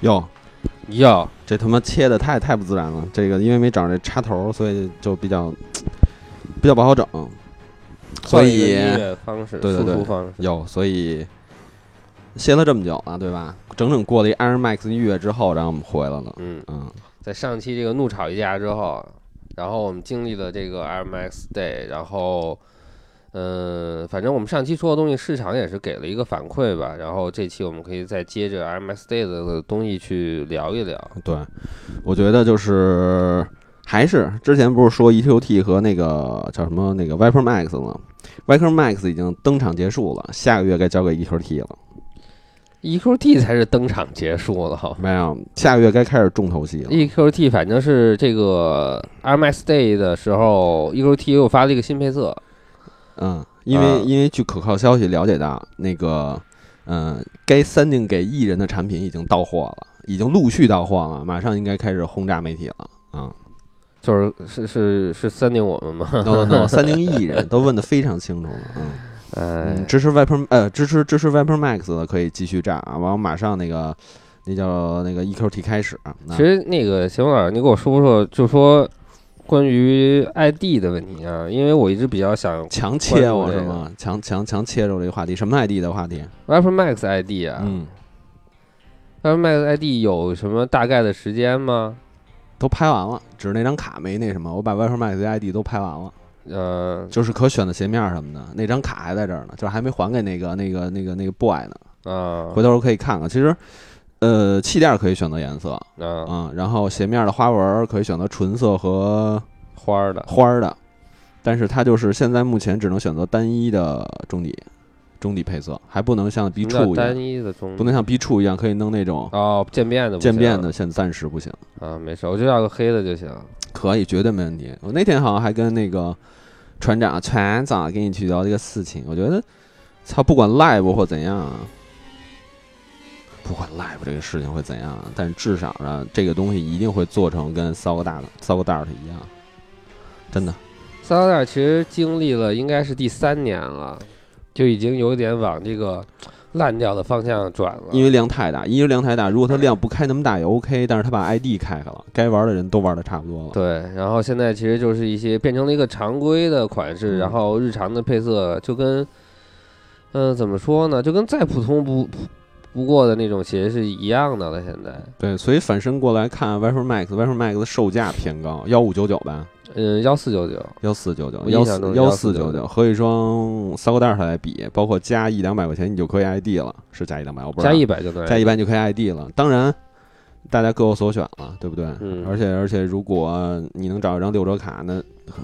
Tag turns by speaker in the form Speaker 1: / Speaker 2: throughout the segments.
Speaker 1: 哟，
Speaker 2: 哟，
Speaker 1: 这他妈切的太太不自然了。这个因为没找着这插头，所以就比较比较不好整。所
Speaker 2: 换一个
Speaker 1: 以
Speaker 2: 音乐方式，
Speaker 1: 对对
Speaker 2: 输出
Speaker 1: 对
Speaker 2: 方式，
Speaker 1: 有，所以歇了这么久了，对吧？整整过了一 Iron Max 一月之后，然后我们回来了。
Speaker 2: 嗯，
Speaker 1: 嗯，
Speaker 2: 在上期这个怒吵一架之后，然后我们经历了这个 RMX Day，然后，嗯、反正我们上期说的东西，市场也是给了一个反馈吧。然后这期我们可以再接着 RMX Day 的东西去聊一聊。
Speaker 1: 对，我觉得就是还是之前不是说 EQT 和那个叫什么那个 Viper Max 了，Viper Max 已经登场结束了，下个月该交给 EQT 了。
Speaker 2: EQT E 才是登场结束了，好 吗
Speaker 1: 没有，下个月该开始重头戏了。
Speaker 2: EQT 反正是这个 RMX Day 的时候，EQT 又发了一个新配色，
Speaker 1: 嗯，因为
Speaker 2: 嗯
Speaker 1: 因为据可靠消息了解到，那个嗯，该三定给艺人的产品已经到货了，已经陆续到货了，马上应该开始轰炸媒体了。 啊、
Speaker 2: 就是是是是三定我们吗？
Speaker 1: n o no no，三零艺人都问得非常清楚了。嗯，
Speaker 2: 哎
Speaker 1: 嗯，支持 Viper 呃，支持支持 Viper Max 的可以继续炸啊，完了马上那个那叫那个 EQT 开始。啊那
Speaker 2: 其实那个邢老师，你给我说说，就说关于 ID 的问题啊，因为我一直比较想
Speaker 1: 强切我
Speaker 2: 关
Speaker 1: 是
Speaker 2: 注这个啊
Speaker 1: 吗？强强强切着我这个话题，什么 ID 的话题？
Speaker 2: Viper Max ID 啊、
Speaker 1: 嗯，
Speaker 2: v i p e r Max ID 有什么大概的时间吗？
Speaker 1: 都拍完了，只是那张卡没那什么，我把 Viper Max 的 ID 都拍完了。
Speaker 2: 呃
Speaker 1: 就是可选的鞋面什么的，那张卡还在这儿呢，就是还没还给那个那个那个那个 boy 呢。
Speaker 2: 啊
Speaker 1: 回头可以看看，其实，呃，气垫可以选择颜色啊、
Speaker 2: 啊
Speaker 1: 嗯然后鞋面的花纹可以选择纯色和
Speaker 2: 花儿的，
Speaker 1: 花儿的，但是它就是现在目前只能选择单一的中底中底配色，还不能像 B
Speaker 2: 什么
Speaker 1: 处
Speaker 2: 叫
Speaker 1: 一
Speaker 2: 单
Speaker 1: 样，
Speaker 2: 一的中
Speaker 1: 不能像 B 处一样可以弄那种
Speaker 2: 哦渐变的不行
Speaker 1: 渐变的，现暂时不行。
Speaker 2: 啊，没事，我就要个黑的就行。
Speaker 1: 可以，绝对没问题。我那天好像还跟那个船长、船长啊跟你去聊这个事情，我觉得，操，不管 live 或怎样啊，不管 live 这个事情会怎样啊，但至少呢，这个东西一定会做成跟骚个大的骚个大的一样，真的。
Speaker 2: 三幺二其实经历了应该是第三年了，就已经有点往这个烂掉的方向转了，
Speaker 1: 因为量太大，因为量太大，如果它量不开那么大也 OK，但是它把 ID 开开了，该玩的人都玩的差不多了。
Speaker 2: 对，然后现在其实就是一些变成了一个常规的款
Speaker 1: 嗯
Speaker 2: 式，然后日常的配色就跟，嗯、怎么说呢，就跟再普通不不过的那种鞋是一样的了。现在，
Speaker 1: 对，所以反身过来看 v i p e r Max，Viper Max 的售价偏高，幺五九九吧。
Speaker 2: 嗯，幺四九九，
Speaker 1: 幺四九九，
Speaker 2: 我
Speaker 1: 幺
Speaker 2: 印象
Speaker 1: 四
Speaker 2: 中
Speaker 1: 幺
Speaker 2: 是
Speaker 1: 四九九和一双骚蛋儿来比，包括加一两百块钱你就可以 ID 了，是加一两百，我不知道
Speaker 2: 加一百就能
Speaker 1: 加一百你就可以 ID 了。当然，大家各有所选了，对不对？
Speaker 2: 嗯
Speaker 1: 而且而且，如果你能找一张六折卡，那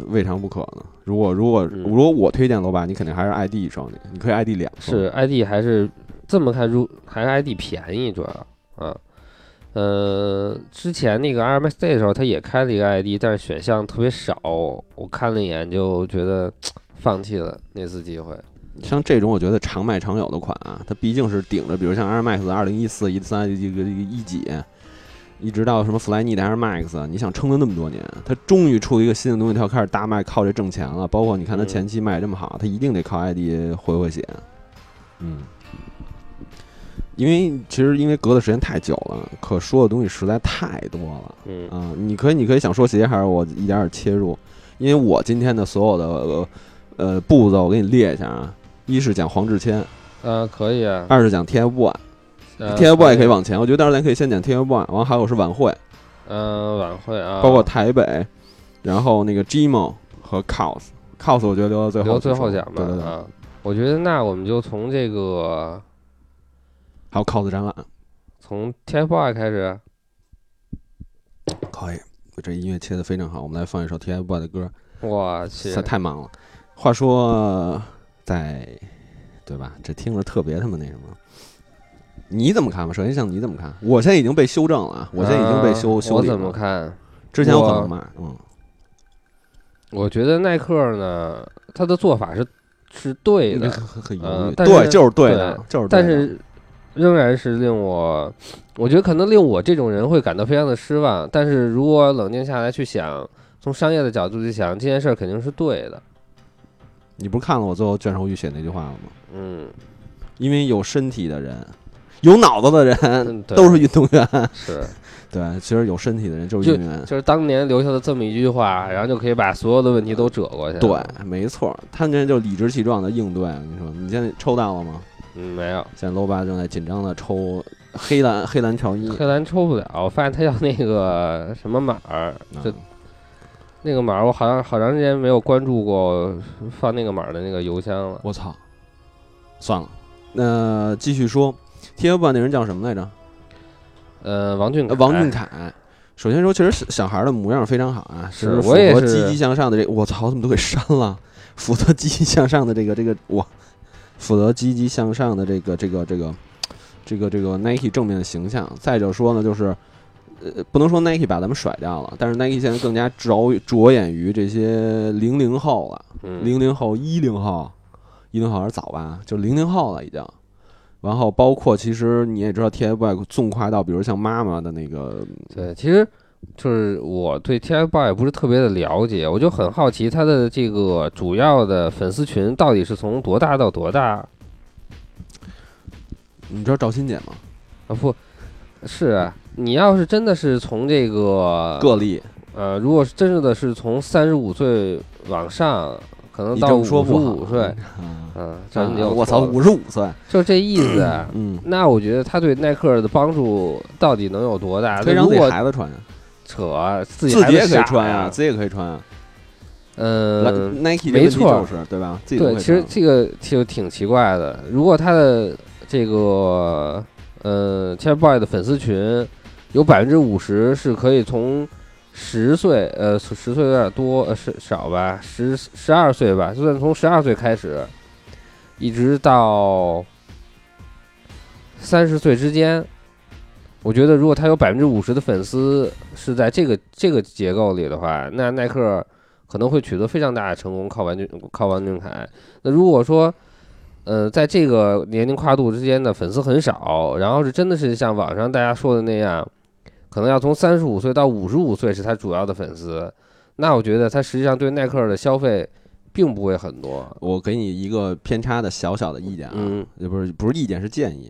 Speaker 1: 未尝不可呢。如果如果
Speaker 2: 嗯
Speaker 1: 如果我推荐楼吧，你肯定还是 ID 一双的，你可以 ID 两双。
Speaker 2: 是 ID 还是这么看入还是 ID 便宜主要啊。呃，之前那个 RMS Day 的时候，它也开了一个 ID，但是选项特别少，我看了一眼就觉得放弃了那次机会。
Speaker 1: 像这种我觉得常卖常有的款啊，它毕竟是顶着，比如像 Air Max 二零一四、一三、一个一几，一直到什么 Flyknit Air Max，你啊想撑了那么多年，它终于出了一个新的东西，它要开始大卖，靠这挣钱了。包括你看它
Speaker 2: 嗯
Speaker 1: 前期卖这么好，它一定得靠 ID 回回血。嗯，因为其实因为隔的时间太久了，可说的东西实在太多了。
Speaker 2: 嗯，
Speaker 1: 啊、你可以，你可以想说鞋，还是我一点点切入？因为我今天的所有的呃呃步骤，我给你列一下啊。一是讲黄志谦，
Speaker 2: 啊，可以啊。
Speaker 1: 二是讲 TFBOY，TFBOY、
Speaker 2: 呃
Speaker 1: TFBOY 也可以往前。我觉得到时候咱可以先讲 TFBOY，然后还有是晚会，
Speaker 2: 嗯，晚会啊，
Speaker 1: 包括台北，然后那个 GMO 和 COS，COS 我觉得留到最后
Speaker 2: 留最
Speaker 1: 去说
Speaker 2: 后讲吧
Speaker 1: 对对对，
Speaker 2: 啊。我觉得那我们就从这个
Speaker 1: 还有 COS 展览，
Speaker 2: 从 TFBOY 开始，
Speaker 1: 可以。哎这音乐切的非常好，我们来放一首 TFBOY 的歌。
Speaker 2: 我去
Speaker 1: 太，太忙了。话说，在对吧？这听着特别他妈那什么。你怎么看吧？首先像你怎么看？我现在已经被修正了，啊，我现在已经被修、
Speaker 2: 啊
Speaker 1: 修
Speaker 2: 我
Speaker 1: 理
Speaker 2: 怎么
Speaker 1: 了。
Speaker 2: 看？
Speaker 1: 之前我可
Speaker 2: 我
Speaker 1: 能骂，嗯，
Speaker 2: 我觉得耐克呢，他的做法是是对的，
Speaker 1: 很很犹
Speaker 2: 呃
Speaker 1: 豫，
Speaker 2: 但是
Speaker 1: 对，就是对的，就是对
Speaker 2: 但
Speaker 1: 的
Speaker 2: 是仍然是令我，我觉得可能令我这种人会感到非常的失望。但是如果冷静下来去想，从商业的角度去想，这件事儿肯定是对的。
Speaker 1: 你不是看了我最后卷首语写那句话了吗？
Speaker 2: 嗯，
Speaker 1: 因为有身体的人，有脑子的人
Speaker 2: 嗯 对
Speaker 1: 都是运动员。
Speaker 2: 是，
Speaker 1: 对，其实有身体的人就是运动 员。
Speaker 2: 就是当年留下的这么一句话，然后就可以把所有的问题都折过去。
Speaker 1: 嗯对，没错，他们这就理直气壮的应对。你说你现在抽到了吗？
Speaker 2: 嗯，没有
Speaker 1: 现在楼巴正在紧张的抽黑蓝黑蓝乔伊，
Speaker 2: 黑蓝抽不了，我发现他要那个什么码儿，
Speaker 1: 啊
Speaker 2: 这那个码儿我好像好长时间没有关注过放那个码儿的那个邮箱了。
Speaker 1: 我操！算了，那、继续说，TFBOYS 那人叫什么来着？
Speaker 2: 呃，王俊凯，
Speaker 1: 呃王俊凯。首先说，其实小小孩的模样非常好啊，
Speaker 2: 是
Speaker 1: 符
Speaker 2: 我也
Speaker 1: 合
Speaker 2: 是
Speaker 1: 积极向上的这，我操，怎么都给删了？符合积极向上的这个这个我，符合积极向上的这个这个这个这个这个 Nike 正面的形象。再者说呢，就是呃，不能说 Nike 把咱们甩掉了，但是 Nike 现在更加着着眼于这些零零后了。
Speaker 2: 嗯，
Speaker 1: 零零后、一零后、一零后还是早吧，就零零后了已经。然后包括其实你也知道，TFBOYS 纵跨到比如像妈妈的那个，
Speaker 2: 对，其实就是我对 TFBOYS 也不是特别的了解，我就很好奇他的这个主要的粉丝群到底是从多大到多大
Speaker 1: 你知道赵鑫姐吗？
Speaker 2: 啊？不，是啊你要是真的是从这个
Speaker 1: 个例，
Speaker 2: 呃，如果是真正的是从三十五岁往上，可能
Speaker 1: 你
Speaker 2: 到
Speaker 1: 这
Speaker 2: 五
Speaker 1: 么
Speaker 2: 十
Speaker 1: 说不好
Speaker 2: 五岁，
Speaker 1: 啊，
Speaker 2: 嗯，张俊杰
Speaker 1: 啊
Speaker 2: 我
Speaker 1: 我操，
Speaker 2: 错了
Speaker 1: 五十五岁，
Speaker 2: 就这意 思啊。
Speaker 1: 嗯，
Speaker 2: 那我觉得他对耐克的帮助到底能有多大？
Speaker 1: 可以
Speaker 2: 那
Speaker 1: 让
Speaker 2: 啊如
Speaker 1: 自己
Speaker 2: 果
Speaker 1: 孩子穿呀，
Speaker 2: 扯自
Speaker 1: 自
Speaker 2: 己
Speaker 1: 己也
Speaker 2: 孩子
Speaker 1: 可以
Speaker 2: 傻
Speaker 1: 穿啊
Speaker 2: 呀
Speaker 1: 呀，，自己也可以穿呀。
Speaker 2: 啊嗯，
Speaker 1: Nike
Speaker 2: 没错
Speaker 1: 就是对吧？自己都
Speaker 2: 对，
Speaker 1: 可以
Speaker 2: 其
Speaker 1: 穿
Speaker 2: 实
Speaker 1: 啊
Speaker 2: 这个就挺奇怪的。如果他的这个呃 t i b o y 的粉丝群有百分之五十是可以从十岁呃十岁有点多呃是少吧，十十二岁吧，就算从十二岁开始，一直到三十岁之间。我觉得，如果他有百分之五十的粉丝是在这个这个结构里的话，那耐克可能会取得非常大的成功，靠王俊靠王俊凯。那如果说，呃，在这个年龄跨度之间的粉丝很少，然后是真的是像网上大家说的那样，可能要从三十五岁到五十五岁是他主要的粉丝，那我觉得他实际上对耐克的消费并不会很多。
Speaker 1: 我给你一个偏差的小小的意见啊，
Speaker 2: 嗯
Speaker 1: 也不是不是意见，是建议。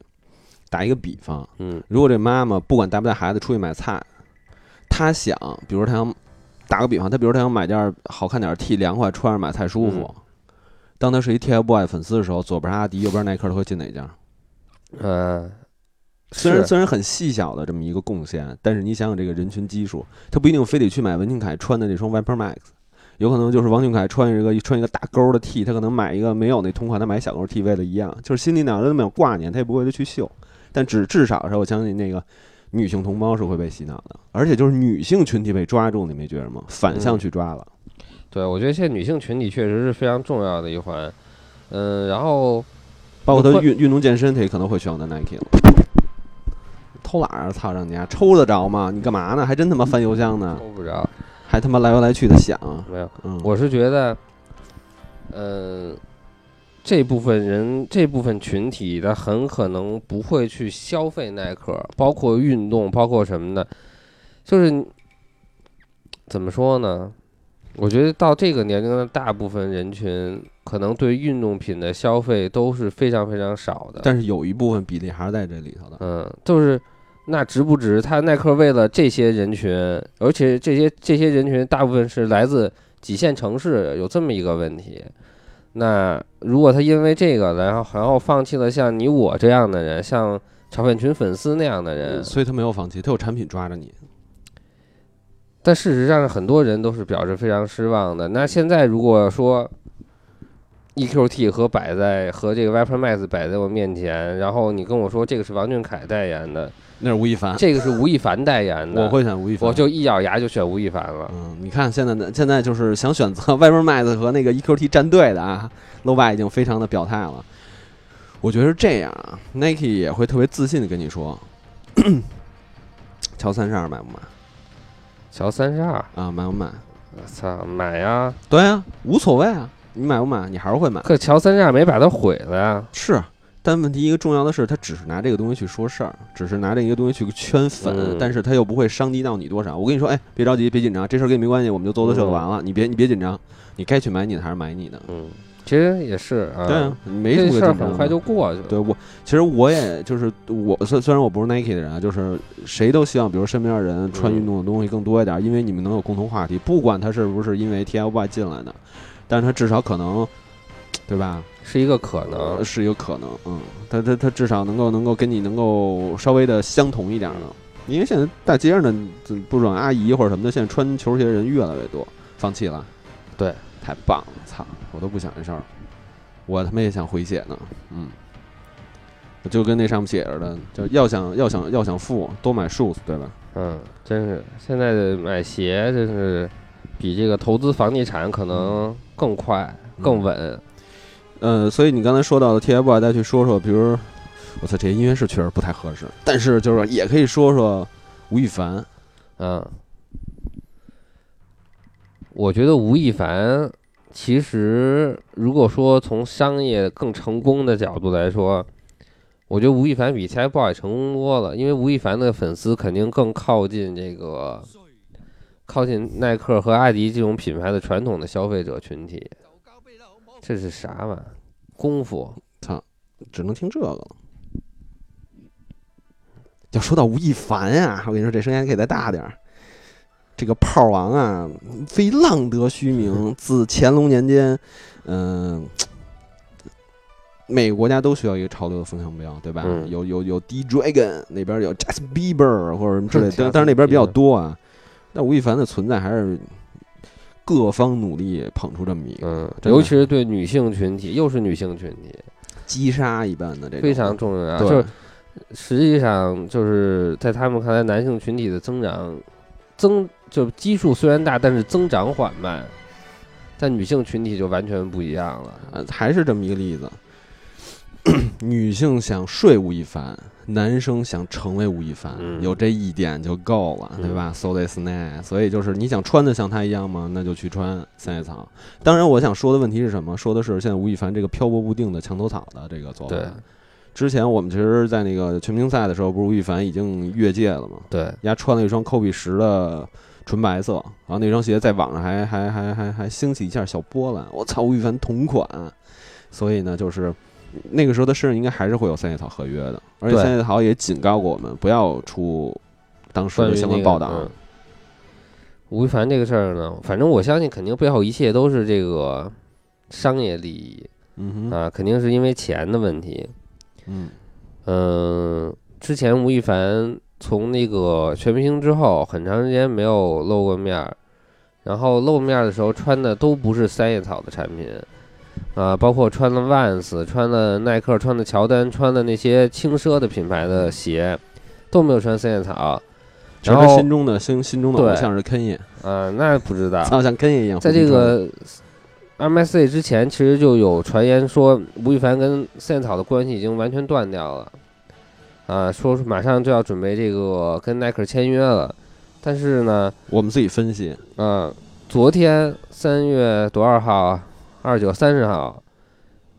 Speaker 1: 打一个比方，
Speaker 2: 嗯
Speaker 1: 如果这妈妈不管带不带孩子出去买菜，她想，比如她想打个比方，她比如她想买件好看点儿 T 凉快，穿着买菜舒服。当她是一 TFBOYS 粉丝的时候，左边阿迪，右边耐克，她会进哪家？
Speaker 2: 呃，
Speaker 1: 嗯虽然
Speaker 2: 是
Speaker 1: 虽然很细小的这么一个贡献，但是你想想这个人群基数，她不一定非得去买文俊凯穿的那双 Viper Max，有可能就是王俊凯穿一个穿一个大勾的 T，他可能买一个没有那同款，他买小勾 T 为了一样，就是心里哪儿都那么有挂念，他也不会去秀。但只至少是我相信那个女性同胞是会被洗脑的，而且就是女性群体被抓住，你没觉得吗？反
Speaker 2: 嗯
Speaker 1: 向去抓了，
Speaker 2: 对我觉得现在女性群体确实是非常重要的一环。嗯，然后
Speaker 1: 包括
Speaker 2: 会
Speaker 1: 他运运动健身，他也可能会选择 Nike 了。偷懒儿，操！让你家抽得着吗？你干嘛呢？还真他妈翻邮箱呢！
Speaker 2: 够不着，
Speaker 1: 还他妈来回来去的想，
Speaker 2: 没有。
Speaker 1: 嗯，
Speaker 2: 我是觉得，嗯，这部分人这部分群体他很可能不会去消费耐克，包括运动，包括什么的，就是你怎么说呢？我觉得到这个年龄的大部分人群，可能对运动品的消费都是非常非常少的。
Speaker 1: 但是有一部分比例还是在这里头的。
Speaker 2: 嗯，就是那值不值？他耐克为了这些人群，而且这些这些人群大部分是来自几线城市，有这么一个问题。那如果他因为这个，然后然后放弃了像你我这样的人，像炒粉群粉丝那样的人，
Speaker 1: 所以他没有放弃，他有产品抓着你。
Speaker 2: 但事实上很多人都是表示非常失望的。那现在如果说 EQT 和摆在和这个 Viper Max 摆在我面前，然后你跟我说这个是王俊凯代言的，
Speaker 1: 那是吴亦凡，
Speaker 2: 这个是吴亦凡代言的，
Speaker 1: 啊我会选吴亦凡。
Speaker 2: 我就一咬牙就选吴亦凡了。
Speaker 1: 嗯，你看现在的现在就是想选择外边麦子和那个 EQT 战队的啊，l o b a 已经非常的表态了。我觉得是这样啊，Nike 也会特别自信的跟你说， 乔三十二买不买
Speaker 2: 乔三十二，
Speaker 1: 啊？买不买？
Speaker 2: 我操，买呀！
Speaker 1: 对啊，无所谓啊，你买不买？你还是会买。
Speaker 2: 可乔三十二没把它毁了呀。
Speaker 1: 是，啊但问题一个重要的是，他只是拿这个东西去说事儿，只是拿这个东西去圈粉，
Speaker 2: 嗯
Speaker 1: 但是他又不会伤及到你多少。我跟你说，哎，别着急，别紧张，这事儿跟你没关系，我们就做做秀就完了。你别你别紧张，你该去买你的还是买你的。
Speaker 2: 嗯，其实也是啊，
Speaker 1: 对啊，没什么
Speaker 2: 这事
Speaker 1: 可
Speaker 2: 儿
Speaker 1: 紧张
Speaker 2: 很
Speaker 1: 的
Speaker 2: 快就过去了。
Speaker 1: 对我，其实我也就是我，虽虽然我不是 Nike 的人啊，就是谁都希望，比如身边的人穿
Speaker 2: 嗯
Speaker 1: 运动的东西更多一点，因为你们能有共同话题，不管他是不是因为 TFY 进来的，但是他至少可能，对吧？
Speaker 2: 是一个可能
Speaker 1: 呃，是有可能，嗯，他他他至少能够能够跟你能够稍微的相同一点的，
Speaker 2: 嗯
Speaker 1: 因为现在大街上的这不管阿姨或者什么的，现在穿球鞋的人越来越多，放弃了，
Speaker 2: 对，
Speaker 1: 太棒了，操，我都不想这事儿了，我他妈也想回血呢，嗯，就跟那上面写着的，就要想要想要想富，多买 shoes，对吧？
Speaker 2: 嗯，真是现在的买鞋真是比这个投资房地产可能更快、
Speaker 1: 嗯
Speaker 2: 更稳。
Speaker 1: 呃，所以你刚才说到的 TFBOY，再去说说，比如，我操，这些音乐是确实不太合适，但是就是也可以说说吴亦凡。
Speaker 2: 嗯，我觉得吴亦凡其实如果说从商业更成功的角度来说，我觉得吴亦凡比 TFBOYS 成功多了，因为吴亦凡的粉丝肯定更靠近这个。靠近耐克和阿迪这种品牌的传统的消费者群体，这是啥玩意儿？功夫，
Speaker 1: 只能听这个了。要说到吴亦凡啊，我跟你说，这声音还给他大点儿。这个炮王啊，非浪得虚 名。自乾隆年间，嗯、每个国家都需要一个潮流的风向标，对吧？
Speaker 2: 嗯
Speaker 1: 有有有 D Dragon，那边有 Justin Bieber 或者什么之类的，但
Speaker 2: Justin
Speaker 1: 但是那边比较
Speaker 2: Bieber
Speaker 1: 多啊。但吴亦凡的存在还是各方努力捧出这么一个
Speaker 2: 嗯，
Speaker 1: 真的
Speaker 2: 尤其是对女性群体，又是女性群体，
Speaker 1: 击杀一般的这种，
Speaker 2: 非常重要。啊
Speaker 1: 对
Speaker 2: 就是实际上就是在他们看来，男性群体的增长增就基数虽然大，但是增长缓慢。但女性群体就完全不一样了。
Speaker 1: 呃，还是这么一个例子。 女性想睡吴亦凡，男生想成为吴亦凡，
Speaker 2: 嗯
Speaker 1: 有这一点就够了，对吧、s o this nice。所以就是你想穿的像他一样吗？那就去穿三叶草。当然，我想说的问题是什么？说的是现在吴亦凡这个漂泊不定的墙头草的这个做法
Speaker 2: 对。
Speaker 1: 之前我们其实，在那个全明星赛的时候，不是吴亦凡已经越界了吗？
Speaker 2: 对，
Speaker 1: 人家穿了一双 Kobe 十的纯白色，然后那双鞋在网上还还还还还兴起一下小波澜。我操，吴亦凡同款，所以呢，就是那个时候他身上应该还是会有三叶草合约的，而且
Speaker 2: 对
Speaker 1: 三叶草也警告过我们不要出当时
Speaker 2: 关于
Speaker 1: 的相
Speaker 2: 那
Speaker 1: 关
Speaker 2: 个
Speaker 1: 报道。
Speaker 2: 嗯吴亦凡这个事儿呢，反正我相信，肯定背后一切都是这个商业利益
Speaker 1: 嗯哼，
Speaker 2: 啊，肯定是因为钱的问题。
Speaker 1: 嗯
Speaker 2: 嗯，之前吴亦凡从那个全明星之后，很长时间没有露过面儿，然后露面儿的时候穿的都不是三叶草的产品，啊，包括穿了 Vans、穿了耐克、穿了乔丹、穿了那些轻奢的品牌的鞋，都没有穿三叶草。
Speaker 1: 其实
Speaker 2: 然
Speaker 1: 他
Speaker 2: 后
Speaker 1: 心中的心心中的偶
Speaker 2: 对
Speaker 1: 像是 Kanye，
Speaker 2: 啊，那不 知道，
Speaker 1: 他像 Kanye 一样。
Speaker 2: 在这，个 MSC 之前，其实就有传言说吴亦凡跟三叶草的关系已经完全断掉了，啊，说是马上就要准备这个跟耐克签约了，但是呢，
Speaker 1: 我们自己分析，
Speaker 2: 啊，昨天三月多少号啊？二九三十号，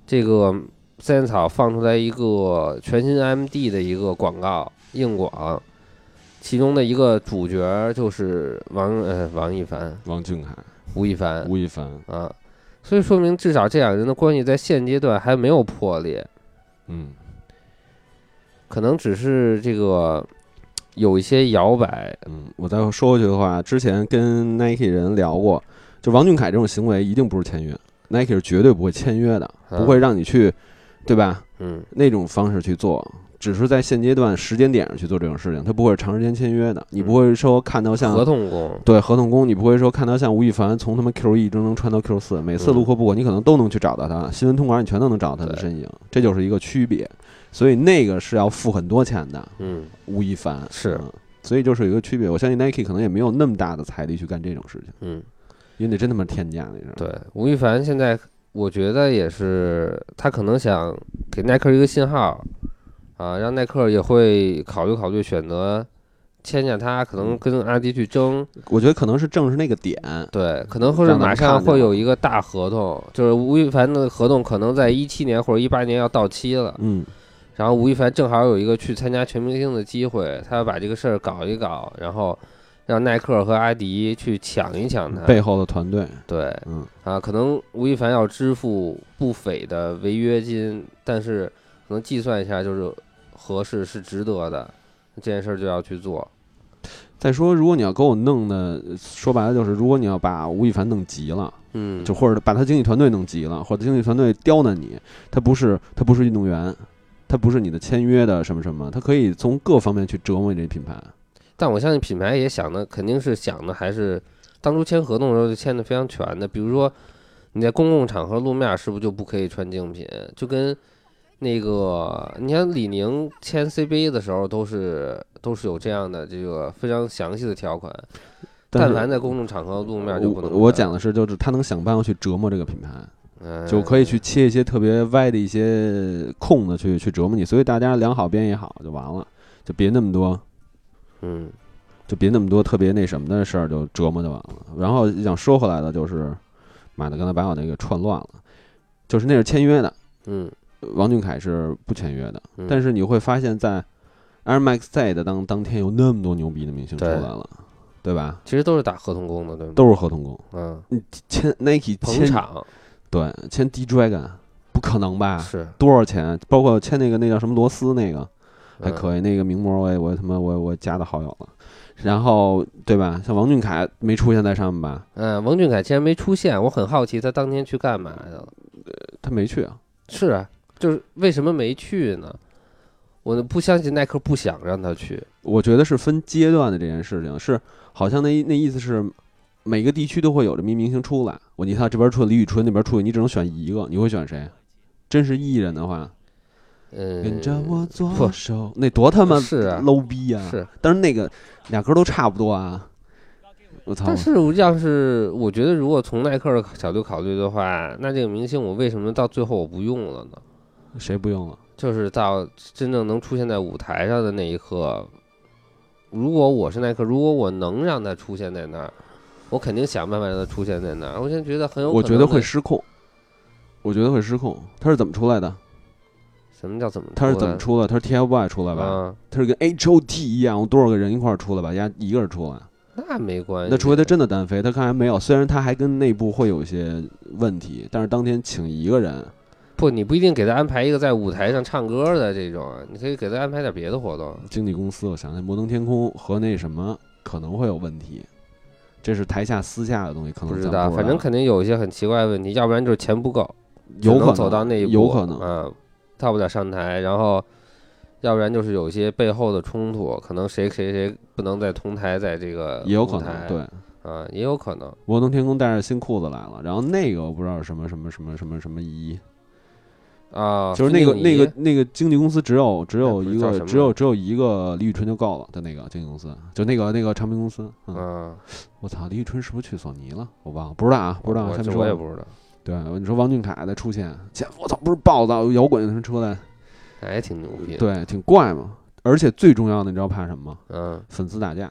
Speaker 2: 这个三叶草放出来一个全新 MD 的一个广告硬广，其中的一个主角就是王呃王一凡、
Speaker 1: 王俊凯、
Speaker 2: 吴亦凡，
Speaker 1: 吴亦凡，
Speaker 2: 啊，所以说明至少这两个人的关系在现阶段还没有破裂，
Speaker 1: 嗯，
Speaker 2: 可能只是这个有一些摇摆。
Speaker 1: 嗯，我再说回去的话，之前跟 Nike 人聊过，就王俊凯这种行为一定不是签约，Nike 是绝对不会签约的，
Speaker 2: 啊
Speaker 1: 不会让你去，对吧？
Speaker 2: 嗯，
Speaker 1: 那种方式去做，只是在现阶段时间点上去做这种事情，他不会长时间签约的。你不会说看到像
Speaker 2: 嗯合同工，
Speaker 1: 对合同工，你不会说看到像吴亦凡从他们 Q 一一直能穿到 Q 四，每次路过不管你可能都能去找到他，新闻通稿你全都能找到他的
Speaker 2: 嗯对
Speaker 1: 身影，这就是一个区别。所以那个是要付很多钱的，
Speaker 2: 嗯，
Speaker 1: 吴亦凡
Speaker 2: 是
Speaker 1: 嗯所以就是有一个区别。我相信 Nike 可能也没有那么大的财力去干这种事情，
Speaker 2: 嗯，
Speaker 1: 因为那真他妈天价那是。
Speaker 2: 对，吴亦凡现在我觉得也是，他可能想给耐克一个信号，啊，让耐克也会考虑考虑选择签下他，
Speaker 1: 嗯
Speaker 2: 可能跟阿迪去争，
Speaker 1: 我觉得可能是正是那个点，
Speaker 2: 对，可能或者
Speaker 1: 让他们
Speaker 2: 马上
Speaker 1: 看见
Speaker 2: 会有
Speaker 1: 了
Speaker 2: 一个大合同，就是吴亦凡的合同可能在一七年或者一八年要到期了。
Speaker 1: 嗯，
Speaker 2: 然后吴亦凡正好有一个去参加全明星的机会，他要把这个事儿搞一搞，然后让耐克和阿迪去抢一抢它。
Speaker 1: 背后的团队，
Speaker 2: 对，
Speaker 1: 嗯，
Speaker 2: 啊，可能吴亦凡要支付不菲的违约金，但是可能计算一下就是合适是值得的，这件事儿就要去做。
Speaker 1: 再说，如果你要给我弄的，呃说白了就是，如果你要把吴亦凡弄急了，
Speaker 2: 嗯，
Speaker 1: 就或者把他经纪团队弄急了，或者经纪团队刁难你，他不是他不是运动员，他不是你的签约的什么什么，他可以从各方面去折磨你这品牌。
Speaker 2: 但我相信品牌也想的肯定是想的还是当初签合同的时候就签的非常全的，比如说你在公共场合露面是不是就不可以穿竞品？就跟那个你看李宁签 CBA 的时候都是都是有这样的这个非常详细的条款，
Speaker 1: 但
Speaker 2: 但
Speaker 1: 是
Speaker 2: 凡在公众场合露面就不
Speaker 1: 我
Speaker 2: 能
Speaker 1: 我
Speaker 2: 穿
Speaker 1: 讲的是，就是他能想办法去折磨这个品牌，
Speaker 2: 嗯
Speaker 1: 就可以去切一些特别歪的一些空的去去折磨你，所以大家量好边也好就完了，就别那么多，
Speaker 2: 嗯。
Speaker 1: 就别那么多特别那什么的事儿就折磨就完了。然后想说回来的就是，妈的，刚才把我那个串乱了，就是那是签约的，
Speaker 2: 嗯，
Speaker 1: 王俊凯是不签约的，
Speaker 2: 嗯
Speaker 1: 但是你会发现在 Air Max Day 的当当天有那么多牛逼的明星出
Speaker 2: 对
Speaker 1: 来了，对吧？
Speaker 2: 其实都是打合同工的，对吗？
Speaker 1: 都是合同工，
Speaker 2: 嗯，
Speaker 1: 签 Nike
Speaker 2: 捧
Speaker 1: 签
Speaker 2: 场
Speaker 1: 对，签 D Dragon 不可能吧？
Speaker 2: 是
Speaker 1: 多少钱？包括签那个那叫什么罗斯那个还
Speaker 2: 嗯
Speaker 1: 可以，那个名模我也我他妈我我加的好友了。然后对吧？像王俊凯没出现在上面吧？
Speaker 2: 嗯，王俊凯竟然没出现，我很好奇他当天去干嘛去了。
Speaker 1: 他没去啊。
Speaker 2: 是啊，就是为什么没去呢？我不相信耐克不想让他去。
Speaker 1: 我觉得是分阶段的这件事情，是好像那那意思是每个地区都会有这么一明星出来。我你看这边出李宇春，那边出去，你只能选一个，你会选谁？真是艺人的话，跟
Speaker 2: 嗯，
Speaker 1: 着我左
Speaker 2: 不
Speaker 1: 手，那多他妈
Speaker 2: 是啊
Speaker 1: low 逼呀、
Speaker 2: 是，
Speaker 1: 但是那个俩歌都差不多啊。我操！
Speaker 2: 但是要是我觉得，如果从耐克的角度考虑的话，那这个明星我为什么到最后我不用了呢？
Speaker 1: 谁不用了？
Speaker 2: 就是到真正能出现在舞台上的那一刻，如果我是耐克，如果我能让他出现在那儿，我肯定想办法让他出现在那儿。我现在觉得很有可能，
Speaker 1: 我觉得会失控，我觉得会失控。他是怎么出来的？
Speaker 2: 什么叫怎么出来？
Speaker 1: 他是怎么出来？他是 TFBOY 出来吧？
Speaker 2: 啊？
Speaker 1: 他是跟 HOT 一样，多少个人一块儿出来吧？人家一个人出来。
Speaker 2: 那没关系，
Speaker 1: 那除非他真的单飞，他看来没有。虽然他还跟内部会有一些问题，但是当天请一个人，
Speaker 2: 不，你不一定给他安排一个在舞台上唱歌的这种，啊你可以给他安排点别的活动。啊
Speaker 1: 经纪公司，我想想，摩登天空和那什么可能会有问题，这是台下私下的东西，可能
Speaker 2: 不知
Speaker 1: 嗯咱
Speaker 2: 道，
Speaker 1: 不
Speaker 2: 反正肯定有一些很奇怪的问题，要不然就是钱不够，
Speaker 1: 有可
Speaker 2: 只能
Speaker 1: 能
Speaker 2: 走到那一步，
Speaker 1: 有可能。
Speaker 2: 嗯，到不了上台，然后要不然就是有一些背后的冲突，可能谁谁谁不能再同台，在这个
Speaker 1: 也有
Speaker 2: 舞
Speaker 1: 可
Speaker 2: 台
Speaker 1: 能，对，
Speaker 2: 啊，也有可能，
Speaker 1: 摩登天空带着新裤子来了，然后那个我不知道是什么什么什么什么什么一，
Speaker 2: 啊，
Speaker 1: 就是那个
Speaker 2: 孙
Speaker 1: 那
Speaker 2: 宁
Speaker 1: 个那个经纪公司只有只有
Speaker 2: 哎不
Speaker 1: 一
Speaker 2: 是叫
Speaker 1: 个
Speaker 2: 什么
Speaker 1: 只有只有一个李宇春就够了的那个经纪公司，就那个那个唱片公司。
Speaker 2: 怡，
Speaker 1: 嗯，
Speaker 2: 嗯，
Speaker 1: 我操，李宇春是不是去索尼了？我忘了，不知道啊，不知道啊。
Speaker 2: 我
Speaker 1: 下
Speaker 2: 这
Speaker 1: 面
Speaker 2: 我也
Speaker 1: 说，
Speaker 2: 不知道，
Speaker 1: 对，你说王俊凯的出现，前我操，不是暴躁摇滚出来，
Speaker 2: 哎，挺牛逼，，
Speaker 1: 对，挺怪嘛。而且最重要的，你知道怕什么吗？
Speaker 2: 嗯
Speaker 1: 粉丝打架，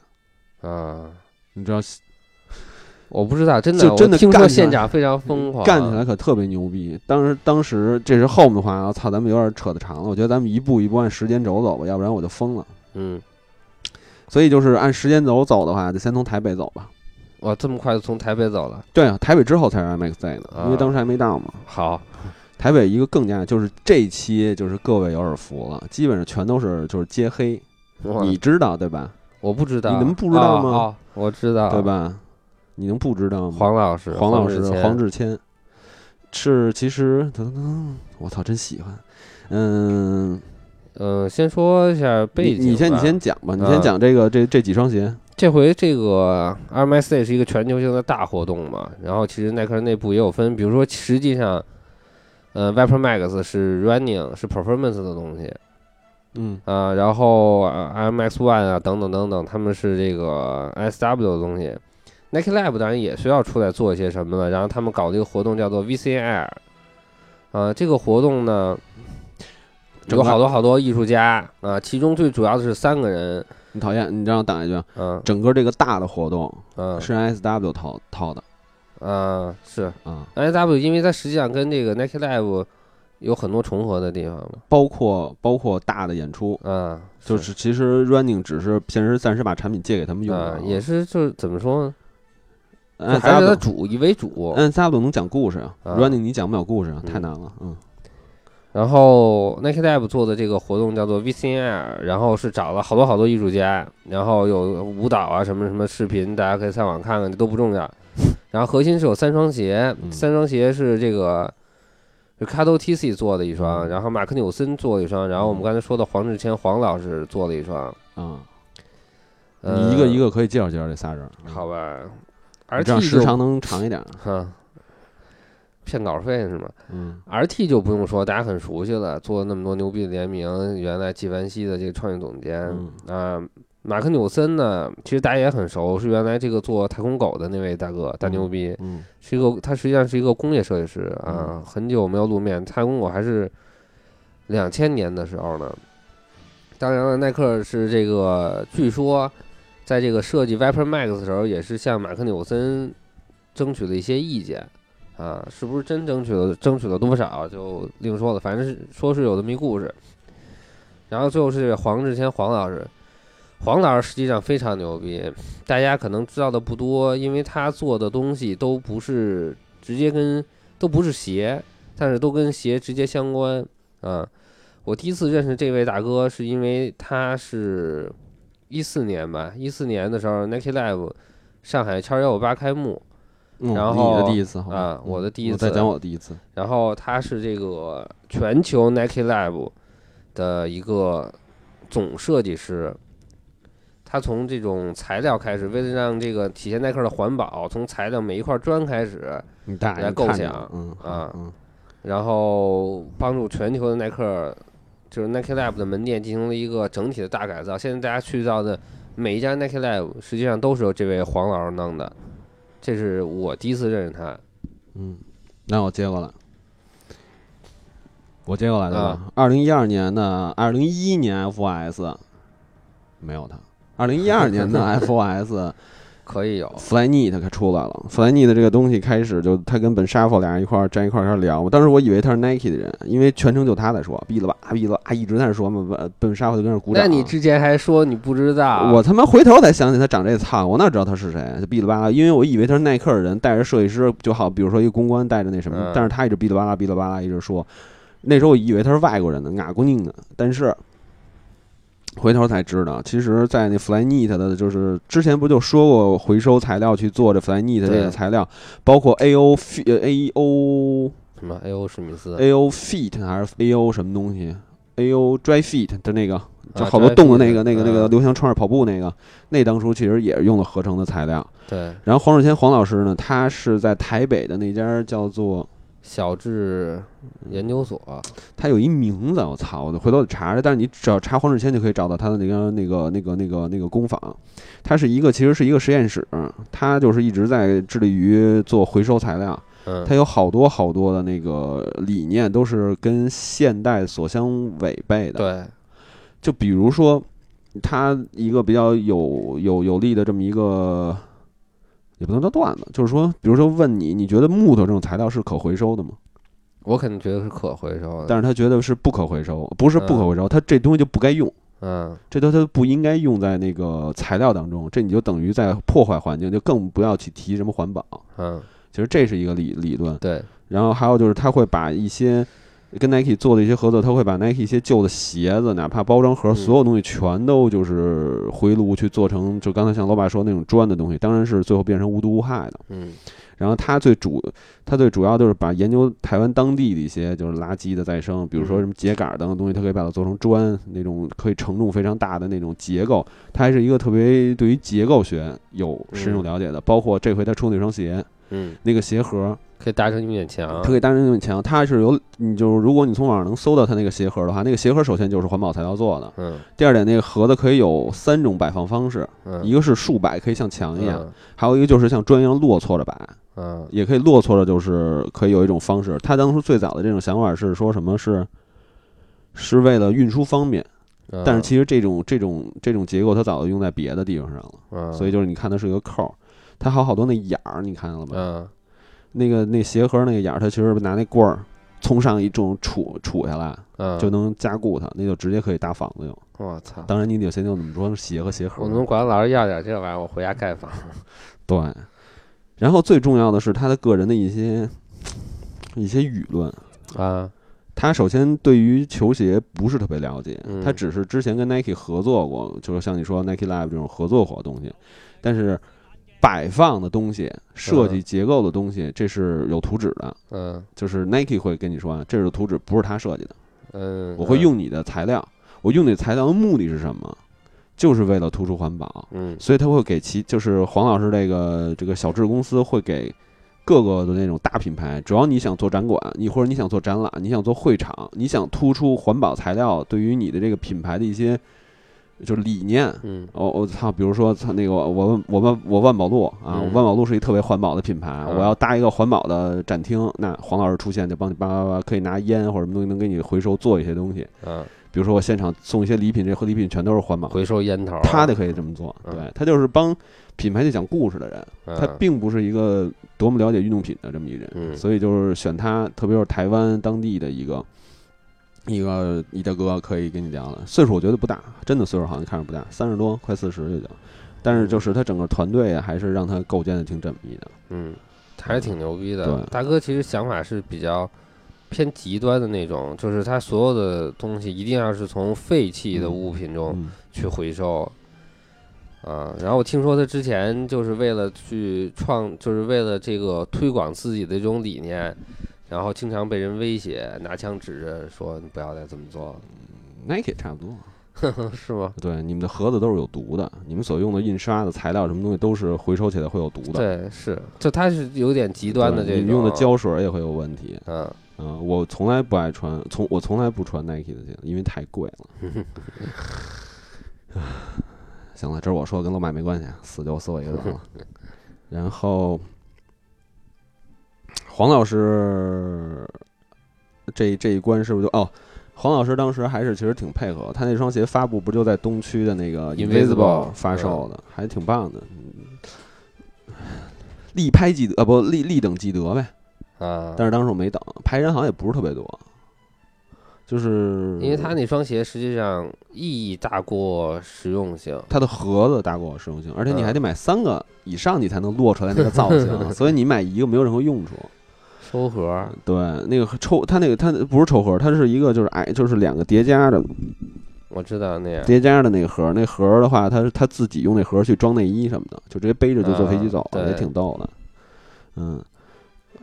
Speaker 2: 啊，
Speaker 1: 你知道
Speaker 2: 我不知道，真的，
Speaker 1: 就真的
Speaker 2: 我听
Speaker 1: 干
Speaker 2: 说
Speaker 1: 起来嗯
Speaker 2: 现场非常疯狂，啊
Speaker 1: 干起来可特别牛逼。当时当时这是后面的话，啊操，咱们有点扯得长了。我觉得咱们一步一步按时间轴走吧，要不然我就疯了。
Speaker 2: 嗯，
Speaker 1: 所以就是按时间轴走的话，就先从台北走吧。
Speaker 2: 哇，这么快就从台北走了，
Speaker 1: 对啊，台北之后才是 IMAX Day 呢，因为
Speaker 2: 啊
Speaker 1: 当时还没到嘛。
Speaker 2: 好，
Speaker 1: 台北一个更加就是这一期就是各位有点服了，基本上全都是就是接黑，
Speaker 2: 我
Speaker 1: 你知道对吧？
Speaker 2: 我不知道，
Speaker 1: 你能不知道吗
Speaker 2: 哦哦我知道，
Speaker 1: 对？吧？你能不知道吗？
Speaker 2: 黄老师，
Speaker 1: 黄老师
Speaker 2: 志谦
Speaker 1: 黄志谦是其实噔噔噔，我操，真喜欢。嗯，
Speaker 2: 嗯，先说一下背
Speaker 1: 你
Speaker 2: 景
Speaker 1: 你先
Speaker 2: 吧
Speaker 1: 你先讲吧，你
Speaker 2: 嗯
Speaker 1: 先讲这个这这几双鞋，
Speaker 2: 这回这个 RMS Day 是一个全球性的大活动嘛，然后其实耐克内部也有分，比如说实际上，呃，Viper Max 是 Running 是 Performance 的东西
Speaker 1: 嗯
Speaker 2: 啊、然后呃 RMX One 啊等等等等，他们是这个 SW 的东西。Nike Lab 当然也需要出来做一些什么了，然后他们搞了一个活动叫做 VCR，呃，这个活动呢
Speaker 1: 整
Speaker 2: 有
Speaker 1: 个
Speaker 2: 好多好多艺术家啊、其中最主要的是三个人，
Speaker 1: 你讨厌，你让我打一句啊，
Speaker 2: 嗯
Speaker 1: 整个这个大的活动
Speaker 2: 嗯
Speaker 1: 是 SW 套套的
Speaker 2: 啊是
Speaker 1: 啊，
Speaker 2: N W，因为它实际上跟这个 Nike Live 有很多重合的地方嘛。
Speaker 1: 包括包括大的演出，
Speaker 2: 啊，
Speaker 1: 就是其实 Running 只是平时暂时把产品借给他们用
Speaker 2: 啊
Speaker 1: 了，，
Speaker 2: 也是就是怎么说呢，
Speaker 1: 按
Speaker 2: 还
Speaker 1: 萨
Speaker 2: 是
Speaker 1: 鲁
Speaker 2: 他主以为主。
Speaker 1: 按萨鲁能讲故事啊
Speaker 2: 啊
Speaker 1: ，Running 你讲不了故事啊，
Speaker 2: 嗯
Speaker 1: 太难了，嗯
Speaker 2: 然后 Naked Lab 做的这个活动叫做 VCR，然后是找了好多好多艺术家，然后有舞蹈啊什么什么视频，大家可以上网看看，这都不重要。然后核心是有三双鞋，
Speaker 1: 嗯
Speaker 2: 三双鞋是这个是 c a d o TC 做的一双，然后马克纽森做了一双，然后我们刚才说的黄志谦黄老师做了一双，
Speaker 1: 啊，
Speaker 2: 呃、
Speaker 1: 你一个一个可以介绍介绍这仨人，
Speaker 2: 好吧
Speaker 1: 嗯，你这样
Speaker 2: ，RT
Speaker 1: 时
Speaker 2: 就
Speaker 1: 长能长一点，
Speaker 2: 哼骗稿费是吗？
Speaker 1: 嗯
Speaker 2: RT 就不用说，大家很熟悉了，做了那么多牛逼的联名，原来纪梵希的这个创意总监啊、
Speaker 1: 嗯
Speaker 2: 马克纽森呢，其实大家也很熟，是原来这个做太空狗的那位大哥，大牛逼，
Speaker 1: 嗯
Speaker 2: 是一个他实际上是一个工业设计师啊，
Speaker 1: 嗯
Speaker 2: 很久没有露面，太空狗还是两千年的时候呢。当然了，耐克是这个，据说在这个设计 Viper Max 的时候，也是向马克纽森争取了一些意见啊，是不是真争取了？争取了多少就另说了，反正是说是有这么一故事。然后最后是黄志谦黄老师，黄老师实际上非常牛逼，大家可能知道的不多，因为他做的东西都不是直接跟都不是鞋，但是都跟鞋直接相关啊。我第一次认识这位大哥是因为他是一四年吧，一四年的时候 Nike Live 上海圈幺五八开幕，
Speaker 1: 嗯，
Speaker 2: 然
Speaker 1: 你的
Speaker 2: 后
Speaker 1: 第一次好吧
Speaker 2: 啊我的第一
Speaker 1: 嗯我再
Speaker 2: 次
Speaker 1: 讲我的第一次，
Speaker 2: 然后他是这个全球 Nike Lab 的一个总设计师。他从这种材料开始，为了让这个体现耐克的环保，从材料每一块砖开始，
Speaker 1: 你大爷
Speaker 2: 来
Speaker 1: 你
Speaker 2: 构
Speaker 1: 看着
Speaker 2: 想
Speaker 1: 呢嗯好
Speaker 2: 啊
Speaker 1: 嗯
Speaker 2: 然后帮助全球的耐克，就是 Nike Lab 的门店进行了一个整体的大改造。现在大家去到的每一家 Nike Lab，实际上都是由这位黄老师弄的。这是我第一次认识他，
Speaker 1: 嗯，那我接过来，我接过来的吧。
Speaker 2: 啊
Speaker 1: 二零一二年的，二零一一年 FOS 没有他，二零一二年 的 FOS
Speaker 2: 可以有
Speaker 1: Flyknit 可出来了。Flyknit 这个东西开始就他跟本沙佛俩人一块儿站一块儿开始聊嘛。当时我以为他是 Nike 的人，因为全程就他在说，哔了吧哔了吧，一直在说嘛。本本沙佛就跟那儿鼓掌。
Speaker 2: 那你之前还说你不知道，
Speaker 1: 我他妈回头才想起他长这操，我哪知道他是谁？就哔哩吧啦，因为我以为他是耐克的人，带着设计师就好，比如说一个公关带着那什么，
Speaker 2: 嗯
Speaker 1: 但是他一直哔哩吧啦哔哩吧啦一直说，那时候我以为他是外国人呢，俺姑娘呢，但是。回头才知道，其实，在那 Flyknit 的，就是之前不就说过回收材料去做这 Flyknit 这
Speaker 2: 对
Speaker 1: 个材料，包括 AO Fe- 呃 AO
Speaker 2: 什么 A.O. 史密斯
Speaker 1: AO Feet 还是 AO 什么东西？AO Dry Feet 的那个，就
Speaker 2: 啊
Speaker 1: 好多
Speaker 2: Dry
Speaker 1: 动的那
Speaker 2: Fit，
Speaker 1: 个、那个、那
Speaker 2: 嗯
Speaker 1: 个刘翔穿着跑步那个，那当初其实也是用了合成的材料。
Speaker 2: 对，
Speaker 1: 然后黄世谦黄老师呢，他是在台北的那家叫做，
Speaker 2: 小智研究所，
Speaker 1: 他有一名字，我操，我得回头得查查。但是你只要查黄世谦就可以找到他的那个那个那个那个那个工坊，他是一个其实是一个实验室，他就是一直在致力于做回收材料。
Speaker 2: 嗯，
Speaker 1: 它有好多好多的那个理念都是跟现代所相违背的。
Speaker 2: 对，
Speaker 1: 就比如说，他一个比较有有有力的这么一个，也不能叫段子，就是说，比如说问你，你觉得木头这种材料是可回收的吗？
Speaker 2: 我肯定觉得是可回收的，
Speaker 1: 但是他觉得是不可回收，不是不可
Speaker 2: 嗯
Speaker 1: 回收，他这东西就不该用。
Speaker 2: 嗯，
Speaker 1: 这都它不应该用在那个材料当中，这你就等于在破坏环境，就更不要去提什么环保。
Speaker 2: 嗯，
Speaker 1: 其实这是一个理理论，
Speaker 2: 对，
Speaker 1: 然后还有就是他会把一些跟 Nike 做的一些合作，他会把 Nike 一些旧的鞋子，哪怕包装盒，
Speaker 2: 嗯
Speaker 1: 所有东西全都就是回炉去做成，就刚才像老板说那种砖的东西，当然是最后变成无毒无害的。
Speaker 2: 嗯，
Speaker 1: 然后他最主，他最主要就是把研究台湾当地的一些就是垃圾的再生，比如说
Speaker 2: 嗯
Speaker 1: 什么秸秆儿等等东西，他可以把它做成砖那种可以承重非常大的那种结构。他还是一个特别对于结构学有深入
Speaker 2: 嗯
Speaker 1: 了解的，包括这回他出那双鞋，
Speaker 2: 嗯，
Speaker 1: 那个鞋盒。
Speaker 2: 可以搭成一面墙
Speaker 1: 它，可以单人用墙，啊它是有你就是如果你从网上能搜到它那个鞋盒的话，那个鞋盒首先就是环保材料做的。
Speaker 2: 嗯，
Speaker 1: 第二点，那个盒子可以有三种摆放方式，
Speaker 2: 嗯，
Speaker 1: 一个是竖摆，可以像墙一样，
Speaker 2: 嗯，
Speaker 1: 还有一个就是像砖一样落错着摆，
Speaker 2: 嗯，
Speaker 1: 也可以落错着，就是可以有一种方式。他当初最早的这种想法是说什么是？是为了运输方便，
Speaker 2: 嗯
Speaker 1: 但是，其实这种这种这种结构它早就用在别的地方上了，
Speaker 2: 嗯，
Speaker 1: 所以就是你看它是一个扣儿，它还有好多那眼儿，你看见了吗？
Speaker 2: 嗯，
Speaker 1: 那个那鞋盒那个眼儿，它其实是拿那棍儿从上一种杵杵下来，
Speaker 2: 嗯，
Speaker 1: 就能加固它，那就直接可以搭房子用。
Speaker 2: 我操！
Speaker 1: 当然，你得先用怎么装鞋和鞋盒
Speaker 2: 我。从管老师要点这玩意儿，我回 家盖房。
Speaker 1: 对，然后最重要的是他的个人的一些一些舆论。
Speaker 2: 啊，
Speaker 1: 他首先对于球鞋不是特别了解，
Speaker 2: 嗯
Speaker 1: 他只是之前跟 Nike 合作过，就是像你说 Nike Live 这种合作过的东西，但是摆放的东西、设计结构的东西，这是有图纸的，
Speaker 2: 嗯
Speaker 1: 就是 Nike 会跟你说啊，这是图纸，不是他设计的，
Speaker 2: 嗯，
Speaker 1: 我会，用你的材料，我用你的材料的目的是什么？就是为了突出环保，
Speaker 2: 嗯
Speaker 1: 所以他会给其就是黄老师这个这个小智公司会给各个的那种大品牌，只要你想做展馆，你或者你想做展览，你想做会场，你想突出环保材料对于你的这个品牌的一些就是理念。
Speaker 2: 嗯
Speaker 1: 哦，我、操！比如说，操那个我我我万我万宝路啊，
Speaker 2: 嗯
Speaker 1: 我万宝路是一特别环保的品牌，
Speaker 2: 嗯
Speaker 1: 我要搭一个环保的展厅，那黄老师出现就帮你叭叭叭，可以拿烟或者什么东西能给你回收做一些东西。
Speaker 2: 嗯，
Speaker 1: 比如说我现场送一些礼品，这礼品全都是环保的。
Speaker 2: 回收烟头儿，
Speaker 1: 他的可以这么做，
Speaker 2: 啊嗯
Speaker 1: 对他就是帮品牌去讲故事的人，他
Speaker 2: 嗯
Speaker 1: 并不是一个多么了解运动品的这么一人，
Speaker 2: 嗯
Speaker 1: 所以就是选他，特别是台湾当地的一个一个一大哥可以跟你聊了，岁数我觉得不大，真的岁数好像看着不大，三十多快四十也就，但是就是他整个团队啊还是让他构建的挺缜密的，
Speaker 2: 嗯，还是挺牛逼
Speaker 1: 对
Speaker 2: 的。大哥其实想法是比较偏极端的那种，就是他所有的东西一定要是从废弃的
Speaker 1: 嗯
Speaker 2: 物品中
Speaker 1: 嗯，
Speaker 2: 去回收。啊，然后我听说他之前就是为了去创，就是为了这个推广自己的这种理念，然后经常被人威胁，拿枪指着说你不要再这么做了，
Speaker 1: Nike 差不多。
Speaker 2: 是吗？
Speaker 1: 对，你们的盒子都是有毒的，你们所用的印刷的材料什么东西都是回收起来会有毒的。
Speaker 2: 对，是，就他是有点极
Speaker 1: 极
Speaker 2: 端的这
Speaker 1: 你
Speaker 2: 种
Speaker 1: 们用的，胶水也会有问题。
Speaker 2: 嗯，
Speaker 1: 啊，我从来不爱穿，从我从来不穿 Nike 的鞋，因为太贵了。行了，这是我说的，跟老马没关系，啊死就死我一个人了。然后，黄老师这这一关是不是就哦？黄老师当时还是其实挺配合，他那双鞋发布不就在东区的那个
Speaker 2: Invisible，
Speaker 1: 发售的，还挺棒的。嗯力拍即得，呃、不力力等即得呗。
Speaker 2: 啊，
Speaker 1: 但是当时我没等，排人好像也不是特别多，就是
Speaker 2: 因为他那双鞋实际上意义大过实用性，
Speaker 1: 它的盒子大过我实用性，而且你
Speaker 2: 嗯
Speaker 1: 还得买三个以上，你才能落出来那个造型， 所以你买一个没有任何用处。
Speaker 2: 收盒，
Speaker 1: 对，那个抽它那个它不是抽盒，它是一个就是矮就是两个叠加的
Speaker 2: 我知道那样，
Speaker 1: 叠加的那个盒，那盒的话，它是他自己用那盒去装内衣什么的，就直接背着就坐飞机走了，
Speaker 2: 啊
Speaker 1: 也挺逗的。嗯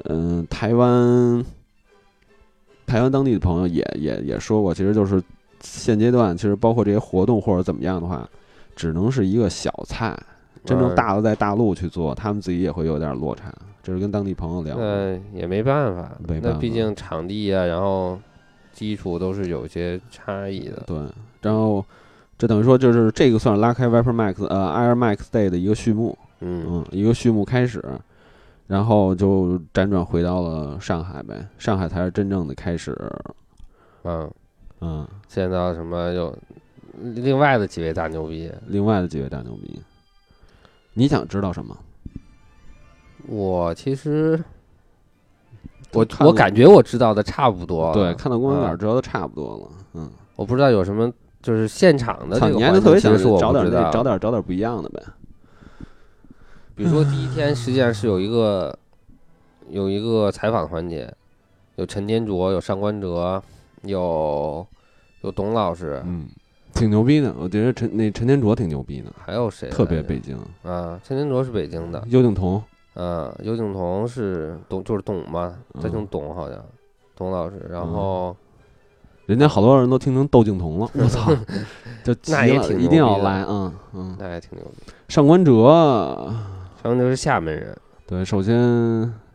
Speaker 1: 嗯，台湾台湾当地的朋友也也也说过，其实就是现阶段，其实包括这些活动或者怎么样的话，只能是一个小菜，真正
Speaker 2: 嗯，
Speaker 1: 大的在大陆去做，他们自己也会有点落差。这是跟当地朋友聊的，
Speaker 2: 那也没办法，
Speaker 1: 没
Speaker 2: 那
Speaker 1: 办
Speaker 2: 毕
Speaker 1: 法
Speaker 2: 竟场地啊，然后基础都是有些差异的，
Speaker 1: 对，然后这等于说就是这个算是拉开 Viper Max 呃 Air Max Day 的一个序幕。
Speaker 2: 嗯
Speaker 1: 嗯，一个序幕开始，然后就辗转回到了上海呗，上海才是真正的开始。
Speaker 2: 嗯，
Speaker 1: 嗯，
Speaker 2: 见到什么有另外的几位大牛逼，
Speaker 1: 另外的几位大牛逼，你想知道什么？
Speaker 2: 我其实我
Speaker 1: 看到
Speaker 2: 我感觉我知道的差不多，
Speaker 1: 对，，看到光影
Speaker 2: 啊
Speaker 1: 点知道的差不多了。嗯，
Speaker 2: 我不知道有什么就是现场的
Speaker 1: 操，
Speaker 2: 这
Speaker 1: 你
Speaker 2: 个
Speaker 1: 还是
Speaker 2: 环
Speaker 1: 特
Speaker 2: 节，
Speaker 1: 别
Speaker 2: 其
Speaker 1: 想
Speaker 2: 实是我
Speaker 1: 找
Speaker 2: 不
Speaker 1: 点
Speaker 2: 知
Speaker 1: 那
Speaker 2: 道
Speaker 1: 找
Speaker 2: 的。
Speaker 1: 点找点不一样的呗。
Speaker 2: 比如说第一
Speaker 1: 嗯
Speaker 2: 天实际上是有一个有一个采访环节，有陈天卓，有上官哲，有有董老师，
Speaker 1: 嗯，挺牛逼的，我觉得陈那陈天卓挺牛逼的，
Speaker 2: 还有谁来着？
Speaker 1: 特别北京。
Speaker 2: 啊，陈天卓是北京的，
Speaker 1: 邱敬彤，
Speaker 2: 嗯，尤景彤是董，就是董嘛，他姓董好像，董老师。然
Speaker 1: 嗯
Speaker 2: 后
Speaker 1: 人家好多人都听成窦靖童了，我 操，就急
Speaker 2: 那也
Speaker 1: 了，
Speaker 2: 挺
Speaker 1: 一
Speaker 2: 牛
Speaker 1: 定要
Speaker 2: 逼的
Speaker 1: 来啊！嗯，
Speaker 2: 那还挺牛逼，
Speaker 1: 上官哲
Speaker 2: 上就是厦门人，
Speaker 1: 对，首先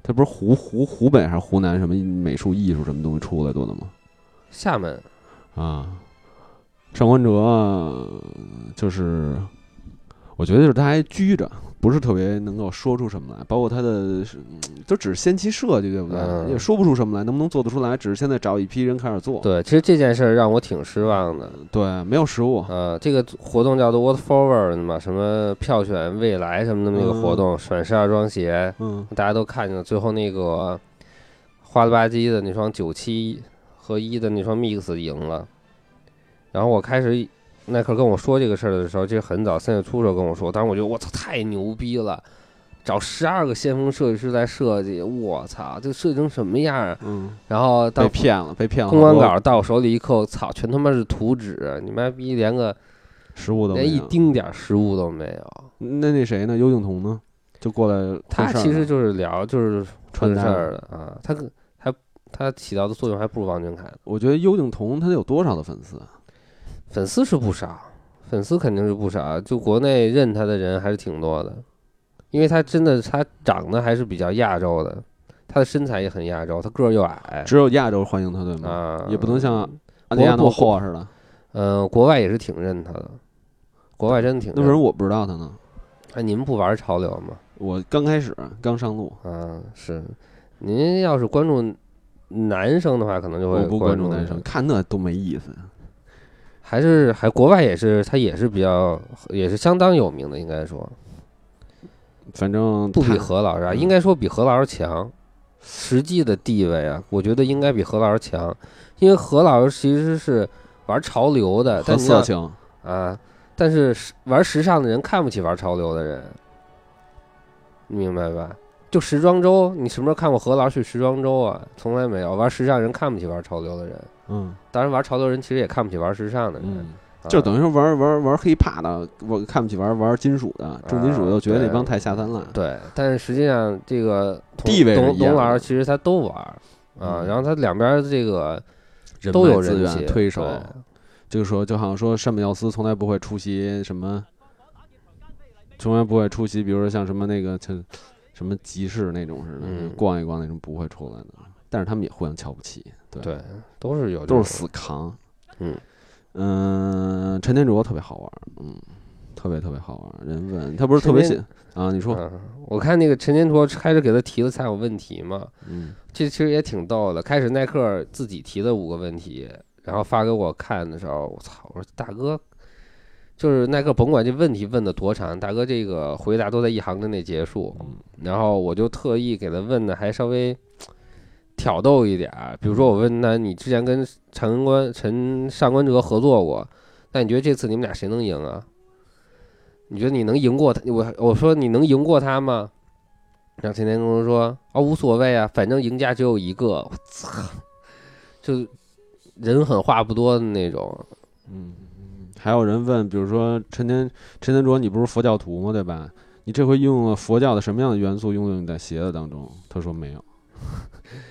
Speaker 1: 他不是湖湖湖北还是湖南什么美术艺术什么东西出来多的吗？
Speaker 2: 厦门，
Speaker 1: 啊，上官哲呃就是，我觉得就是他还拘着，不是特别能够说出什么来，包括他的是嗯就只是先期设计，对不对？
Speaker 2: 嗯
Speaker 1: 也说不出什么来，能不能做得出来？只是现在找一批人开始做，
Speaker 2: 对，其实这件事儿让我挺失望的。
Speaker 1: 对，没有实物，
Speaker 2: 呃，这个活动叫做 “What Forward” 嘛，什么票选未来什么的那个活动，选十二双鞋，
Speaker 1: 嗯
Speaker 2: 大家都看见了。最后那个花了吧唧的那双九七和一的那双 Mix 赢了。然后我开始耐克跟我说这个事儿的时候，这是很早三月初时候跟我说，当时我觉得我操太牛逼了，找十二个先锋设计师来设计，我操这设计成什么样儿？啊
Speaker 1: 嗯，
Speaker 2: 然后
Speaker 1: 被
Speaker 2: 到
Speaker 1: 骗了，被骗了好
Speaker 2: 公
Speaker 1: 多。
Speaker 2: 关稿到我手里一扣，操，全他妈是图纸，你妈逼连个
Speaker 1: 失误都
Speaker 2: 连
Speaker 1: 没
Speaker 2: 一
Speaker 1: 有。
Speaker 2: 丁点儿失误都没有。
Speaker 1: 那那谁呢？尤景彤呢？就过来
Speaker 2: 他
Speaker 1: 出事儿
Speaker 2: 其实
Speaker 1: 了
Speaker 2: 就是聊就是
Speaker 1: 穿
Speaker 2: 事
Speaker 1: 搭
Speaker 2: 儿的啊，他跟他他起到的作用还不如王俊凯呢。
Speaker 1: 我觉得尤景彤他有多少的粉丝啊？
Speaker 2: 粉丝是不少，粉丝肯定是不少，啊就国内认他的人还是挺多的，因为他真的他长得还是比较亚洲的，他的身材也很亚洲，他个儿又矮
Speaker 1: 只有亚洲欢迎他，对吗？
Speaker 2: 啊，
Speaker 1: 也不能像安
Speaker 2: 国
Speaker 1: 迪亚诺
Speaker 2: 不
Speaker 1: 霍似的。
Speaker 2: 呃，国外也是挺认他的，国外真的挺
Speaker 1: 那为
Speaker 2: 认
Speaker 1: 什
Speaker 2: 他。
Speaker 1: 么我不知道他呢？
Speaker 2: 哎，你们不玩潮流吗？
Speaker 1: 我刚开始刚上路，
Speaker 2: 啊，是，您要是关注男生的话，可能就会
Speaker 1: 我不关注
Speaker 2: 注
Speaker 1: 男生，看那多没意思。
Speaker 2: 还是还国外也是，他也是比较也是相当有名的，应该说
Speaker 1: 反正
Speaker 2: 不比
Speaker 1: 他
Speaker 2: 何老师啊，
Speaker 1: 嗯
Speaker 2: 应该说比何老师强，实际的地位啊，我觉得应该比何老师强，因为何老师其实是玩潮流的，
Speaker 1: 和
Speaker 2: 但你
Speaker 1: 色
Speaker 2: 要
Speaker 1: 情，
Speaker 2: 啊，但是时玩时尚的人看不起玩潮流的人，你明白吧？就时装周，你什么时候看过何老师去时装周啊？从来没有，玩时尚人看不起玩潮流的人，
Speaker 1: 嗯
Speaker 2: 当然玩潮流人其实也看不起玩时尚的人，
Speaker 1: 嗯，
Speaker 2: 啊
Speaker 1: 就等于说玩玩玩黑怕的，我看不起玩玩金属的，重金属
Speaker 2: 啊
Speaker 1: 又觉得
Speaker 2: 对
Speaker 1: 那帮太下三滥。
Speaker 2: 对，但是实际上这个同
Speaker 1: 地位是
Speaker 2: 董
Speaker 1: 一样
Speaker 2: 董
Speaker 1: 的
Speaker 2: 老师其实他都玩儿啊，
Speaker 1: 嗯
Speaker 2: 然后他两边儿这个
Speaker 1: 人
Speaker 2: 都
Speaker 1: 脉
Speaker 2: 有
Speaker 1: 资
Speaker 2: 人气
Speaker 1: 源推手，
Speaker 2: 对
Speaker 1: 这个时候就好像说山本耀司从来不会出席什么，从来不会出席，比如说像什么那个像什么集市那种似的，
Speaker 2: 嗯
Speaker 1: 逛一逛那种不会出来的，但是他们也互相瞧不起，对，
Speaker 2: 对，都是有这
Speaker 1: 都
Speaker 2: 种
Speaker 1: 是死扛，
Speaker 2: 嗯
Speaker 1: 嗯、陈天卓特别好玩，嗯，特别特别好玩，人问他不是特
Speaker 2: 陈
Speaker 1: 别
Speaker 2: 天
Speaker 1: 信啊，你说，
Speaker 2: 嗯，我看那个陈天卓开始给他提了三个问题嘛，
Speaker 1: 嗯，
Speaker 2: 这其实也挺逗的。开始耐克自己提的五个问题，然后发给我看的时候，我操！我说大哥，就是耐克甭管这问题问的多长，大哥这个回答都在一行之内结束。然后我就特意给他问的还稍微挑逗一点儿，比如说我问他，你之前跟陈关陈上官哲合作过，那你觉得这次你们俩谁能赢啊？你觉得你能赢过他？我我说你能赢过他吗？然后陈天公说啊、无所谓啊，反正赢家只有一个。我操，就人狠话不多的那种。
Speaker 1: 还有人问，比如说陈天陈天卓，你不是佛教徒吗？对吧？你这回用了佛教的什么样的元素用在你的鞋子当中？他说没有，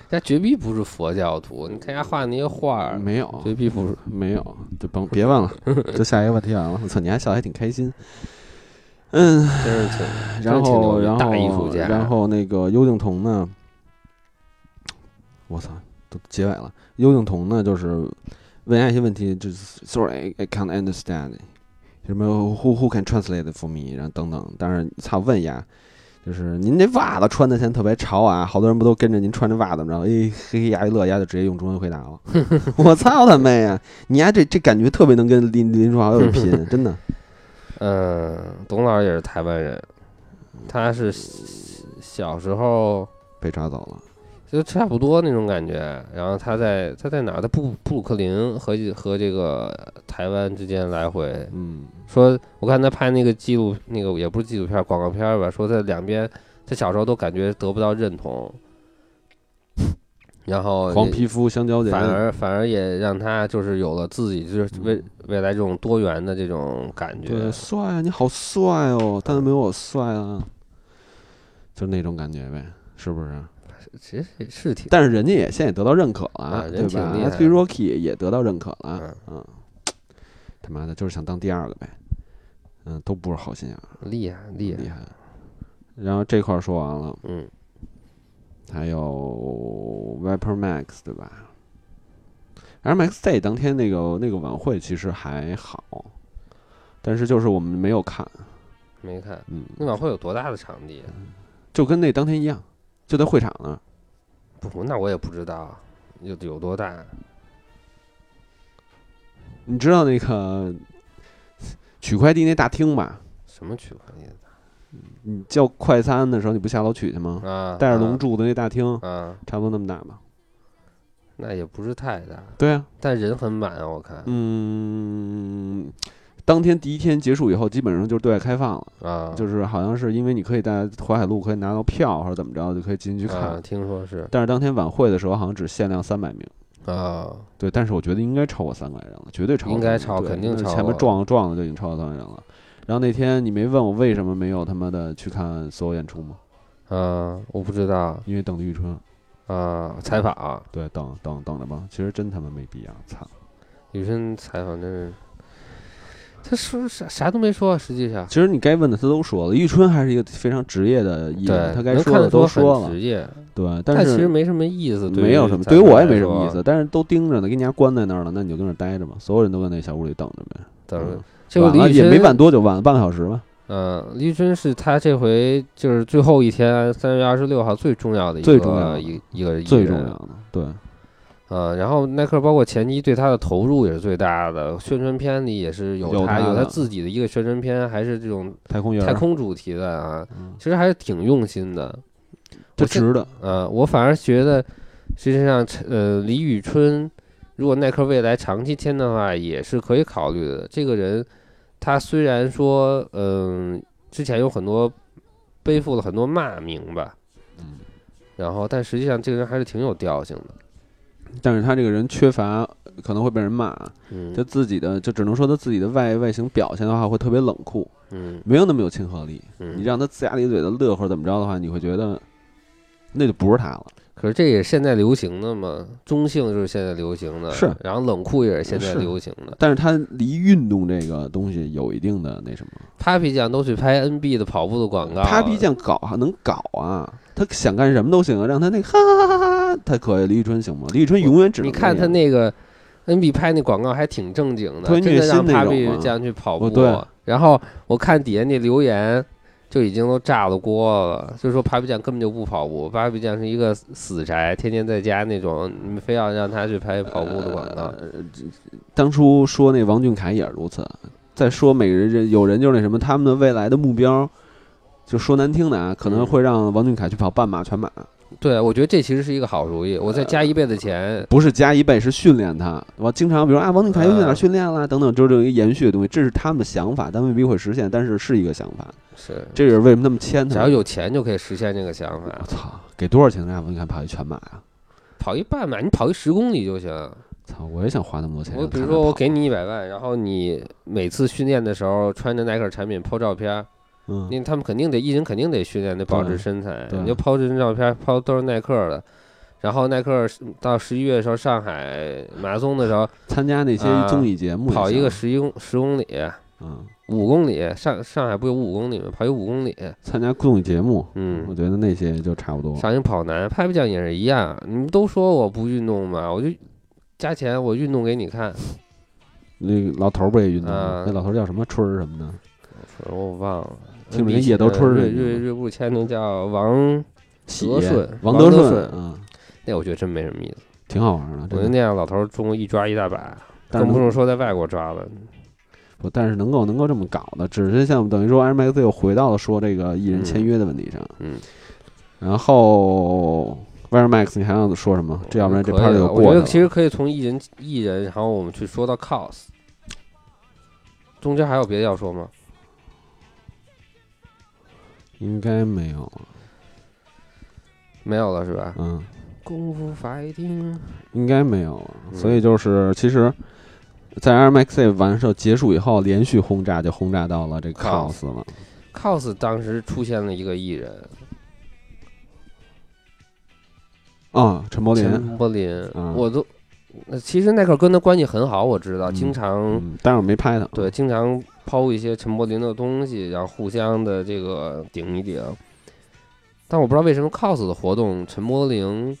Speaker 2: 他绝逼不是佛教徒，你看人家画那些画儿，
Speaker 1: 没有，
Speaker 2: 绝逼不是。
Speaker 1: 没有，就甭别 问了，就下一个问题完了。我操，你还笑得还挺开心。嗯，
Speaker 2: 真是挺
Speaker 1: 然
Speaker 2: 挺牛
Speaker 1: 后
Speaker 2: 逼
Speaker 1: 然后
Speaker 2: 大艺术家啊
Speaker 1: 然后那个幽静童呢，我操，都结尾了。幽静童呢，就是问人家一些问题，就是 sorry I can't understand，什么 who who can translate for me，然后等等。但是操问呀，就是您这袜子穿的现在特别潮啊，好多人不都跟着您穿这袜子怎么着？哎，嘿嘿，牙一乐，牙就直接用中文回答了。 我操他妹呀！你丫这这感觉特别能跟林林书豪有 一拼，真的。
Speaker 2: 嗯，董老师也是台湾人，他是小时候
Speaker 1: 被抓走了，
Speaker 2: 就差不多那种感觉。然后他在他在哪儿？在布布鲁克林和和这个台湾之间来回。
Speaker 1: 嗯，
Speaker 2: 说我看他拍那个纪录，那个也不是纪录片，广告片吧。说他两边，他小时候都感觉得不到认同，然后
Speaker 1: 黄
Speaker 2: 也
Speaker 1: 皮肤香蕉节，
Speaker 2: 哦反而反而也让他就是有了自己就是未未来这种多元的这种感觉。
Speaker 1: 对，帅啊，你好帅哦，但是没有我帅啊，就那种感觉呗，是不是？
Speaker 2: 其实也是挺
Speaker 1: 但是人家也现在也得到认可了，
Speaker 2: 啊
Speaker 1: 对
Speaker 2: 人挺
Speaker 1: 吧
Speaker 2: 厉害的
Speaker 1: s b Rocky 也得到认可了
Speaker 2: 嗯，
Speaker 1: 嗯，他妈的，就是想当第二个呗，嗯，都不是好心眼儿，
Speaker 2: 厉害厉害
Speaker 1: 厉。害。然后这块儿说完了，
Speaker 2: 嗯，
Speaker 1: 还有 Viper Max 对吧？M X Day 当天那个那个晚会其实还好，但是就是我们没有看，
Speaker 2: 没看
Speaker 1: 嗯，
Speaker 2: 那晚会有多大的场地？
Speaker 1: 就跟那当天一样，就在会场那儿。
Speaker 2: 不，那我也不知道有有多大。
Speaker 1: 你知道那个取快递那大厅吧？
Speaker 2: 什么取快递的
Speaker 1: 你叫快餐的时候，你不下楼取去吗？
Speaker 2: 啊？
Speaker 1: 带着龙
Speaker 2: 啊
Speaker 1: 柱的那大厅，
Speaker 2: 啊，
Speaker 1: 差不多那么大吧？
Speaker 2: 那也不是太大，
Speaker 1: 对啊，
Speaker 2: 但人很满啊，我看
Speaker 1: 嗯，当天第一天结束以后，基本上就是对外开放了，
Speaker 2: 啊，
Speaker 1: 嗯就是好像是因为你可以在淮海路可以拿到票或者怎么着，就可以进去
Speaker 2: 啊，
Speaker 1: 看。
Speaker 2: 听说是
Speaker 1: 但是当天晚会的时候好像只限量三百名，
Speaker 2: 啊，
Speaker 1: 对，但是我觉得应该超过三百人了，绝对超过300人，
Speaker 2: 应该超
Speaker 1: 对
Speaker 2: 肯定
Speaker 1: 那
Speaker 2: 超
Speaker 1: 前面
Speaker 2: 过
Speaker 1: 撞撞的就已经超过三百人了。然后那天你没问我为什么没有他妈的去看所有演出吗？
Speaker 2: 啊，我不知道
Speaker 1: 因为等绿春，
Speaker 2: 啊，采访、
Speaker 1: 对，等等等着吧。其实真他妈没必要，操！
Speaker 2: 女生采访真是，他说啥啥都没说，实际上
Speaker 1: 其实你该问的他都说了，玉春还是一个非常职业的艺
Speaker 2: 对
Speaker 1: 人，他该
Speaker 2: 能
Speaker 1: 说
Speaker 2: 看
Speaker 1: 的
Speaker 2: 得
Speaker 1: 都
Speaker 2: 出
Speaker 1: 说
Speaker 2: 很
Speaker 1: 了，
Speaker 2: 职业，
Speaker 1: 对，
Speaker 2: 但
Speaker 1: 是
Speaker 2: 其实没什么意思，对于
Speaker 1: 没有什么，
Speaker 2: 咱
Speaker 1: 对于
Speaker 2: 们
Speaker 1: 我也
Speaker 2: 来
Speaker 1: 没什
Speaker 2: 说
Speaker 1: 么意思，，但是都盯着呢，给人家关在那儿了，那你就跟那儿待着吧，所有人都在那小屋里等着呗。
Speaker 2: 等
Speaker 1: 嗯
Speaker 2: 这个
Speaker 1: 晚
Speaker 2: 李
Speaker 1: 了
Speaker 2: 宇
Speaker 1: 也没
Speaker 2: 春
Speaker 1: 晚多久，晚了半个小时吧。
Speaker 2: 嗯，李宇春是他这回就是最后一天，三月二十六号最重要的一个
Speaker 1: 最重要的
Speaker 2: 一一个艺
Speaker 1: 最
Speaker 2: 人
Speaker 1: 重要的，对，
Speaker 2: 嗯，然后耐克包括前期对他的投入也是最大的，宣传片里也是有
Speaker 1: 有他
Speaker 2: 他有他
Speaker 1: 的
Speaker 2: 自己的一个宣传片，还是这种
Speaker 1: 太空人儿，
Speaker 2: 太空主题的啊，
Speaker 1: 嗯
Speaker 2: 其实还是挺用心的。
Speaker 1: 就
Speaker 2: 我现
Speaker 1: 值的，
Speaker 2: 呃，我反而觉得实际上，呃，李宇春如果耐克未来长期签的话，也是可以考虑的。这个人，他虽然说，嗯、之前有很多背负了很多骂名吧，
Speaker 1: 嗯，
Speaker 2: 然后但实际上这个人还是挺有调性的。
Speaker 1: 但是他这个人缺乏，可能会被人骂，
Speaker 2: 嗯
Speaker 1: 他自己的就只能说他自己的外外形表现的话会特别冷酷，
Speaker 2: 嗯
Speaker 1: 没有那么有亲和力。
Speaker 2: 嗯，
Speaker 1: 你让他龇牙咧嘴的乐或者怎么着的话，你会觉得那就不是他了。
Speaker 2: 可是这也是现在流行的嘛，中性就是现在流行的，
Speaker 1: 是
Speaker 2: 然后冷酷也是现在
Speaker 1: 是
Speaker 2: 流行的。
Speaker 1: 但是他离运动这个东西有一定的那什么。
Speaker 2: Papi 酱都去拍 NB 的跑步的广告了，
Speaker 1: 他逼酱搞还能搞啊，他想干什么都行啊，让他那个哈哈哈哈哈，他可以。李宇春行吗？李宇春永远只能
Speaker 2: 你看他
Speaker 1: 样
Speaker 2: 那个 NB 拍那广告还挺正经的，
Speaker 1: 特别
Speaker 2: 真
Speaker 1: 虐
Speaker 2: 的
Speaker 1: 心
Speaker 2: 让
Speaker 1: 那种
Speaker 2: Papi
Speaker 1: 嘛
Speaker 2: 酱去跑步。
Speaker 1: 哦对
Speaker 2: 然后我看底下那留言就已经都炸了锅了，就说 Papi 酱根本就不跑步，Papi 酱是一个死宅，天天在家那种，你们非要让他去拍跑步的广告。
Speaker 1: 呃当初说那王俊凯也是如此。再说每个人有人就是那什么，他们的未来的目标，就说难听的啊，可
Speaker 2: 嗯
Speaker 1: 能会让王俊凯去跑半马、全马，
Speaker 2: 对，我觉得这其实是一个好主意，我再加一倍的钱。
Speaker 1: 不是加一倍，是训练他。我经常比如说啊，王俊凯又去哪
Speaker 2: 嗯
Speaker 1: 儿训练啦，等等，就是这种一个延续的东西，这是他们的想法，但未必会实现，但是是一个想法。
Speaker 2: 是，
Speaker 1: 这也是为什么那么签
Speaker 2: 只
Speaker 1: 他
Speaker 2: 要
Speaker 1: 们。
Speaker 2: 有钱就可以实现这个想法
Speaker 1: 我。操，给多少钱让王俊凯跑一全马啊呀？
Speaker 2: 跑一半吧，你跑一十公里就行。
Speaker 1: 操，我也想花那么多钱。
Speaker 2: 我
Speaker 1: 让
Speaker 2: 比
Speaker 1: 他
Speaker 2: 如
Speaker 1: 来
Speaker 2: 说，我
Speaker 1: 跑
Speaker 2: 给你一百万，然后你每次训练的时候穿着耐克产品 PO 照片儿，
Speaker 1: 嗯
Speaker 2: 因，为他们肯定得艺人肯定得训练，得保持身材。
Speaker 1: 对
Speaker 2: 你就 PO 这张照片，PO 都是耐克的。然后耐克是到十一月的时候，上海马拉松的时候
Speaker 1: 参加那些
Speaker 2: 啊
Speaker 1: 综艺节目也
Speaker 2: 跑一
Speaker 1: 行
Speaker 2: 个十一公十公里、
Speaker 1: 嗯，
Speaker 2: 五公里，上上海不有五公里吗？跑一五公里，
Speaker 1: 参加综艺节目，
Speaker 2: 嗯
Speaker 1: 我，觉得那些就差不多。
Speaker 2: 上一跑男，拍不酱也是一样。你们都说我不运动嘛，我就加钱，我运动给你看。
Speaker 1: 那个老头儿不也运动
Speaker 2: 啊
Speaker 1: 吗？那老头儿叫什么春儿什么的？
Speaker 2: 我忘了，
Speaker 1: 听着跟野德春儿
Speaker 2: 瑞
Speaker 1: 似的
Speaker 2: 瑞瑞布签那叫王，
Speaker 1: 喜
Speaker 2: 德顺
Speaker 1: 王
Speaker 2: 王德
Speaker 1: 顺
Speaker 2: 顺，
Speaker 1: 嗯，
Speaker 2: 那我觉得真没什么意思。
Speaker 1: 挺好玩的。
Speaker 2: 我觉
Speaker 1: 真
Speaker 2: 得
Speaker 1: 的
Speaker 2: 那样老头儿中国一抓一大把，
Speaker 1: 但是
Speaker 2: 更不
Speaker 1: 能
Speaker 2: 用说在外国抓了。
Speaker 1: 不，但是能够能够这么搞的，只是像等于说 M X 又回到了说这个艺人签约的问题上。
Speaker 2: 嗯，
Speaker 1: 然后 v e r Max，你还想说什么？这要不然这
Speaker 2: 可以啊
Speaker 1: part 就
Speaker 2: 了我觉
Speaker 1: 过去
Speaker 2: 得
Speaker 1: 了。
Speaker 2: 其实可以从艺人艺人，然后我们去说到 cos。中间还有别的要说吗？
Speaker 1: 应该没有了。
Speaker 2: 没有了是吧？
Speaker 1: 嗯，
Speaker 2: 功夫法医厅，
Speaker 1: 应该没有了。
Speaker 2: 嗯
Speaker 1: 所以就是，其实，在 R M X 完事结束以后，连续轰炸就轰炸到了这个
Speaker 2: Cos
Speaker 1: cos 了。
Speaker 2: cos 当时出现了一个艺人
Speaker 1: 啊，陈柏霖。
Speaker 2: 陈柏霖，
Speaker 1: 嗯
Speaker 2: 我都，呃其实耐克跟他关系很好，我知道，
Speaker 1: 嗯
Speaker 2: 经常、
Speaker 1: 嗯，但是我没拍他。
Speaker 2: 对，经常抛一些陈柏霖的东西，然后互相的这个顶一顶。但我不知道为什么 cos 的活动，陈柏霖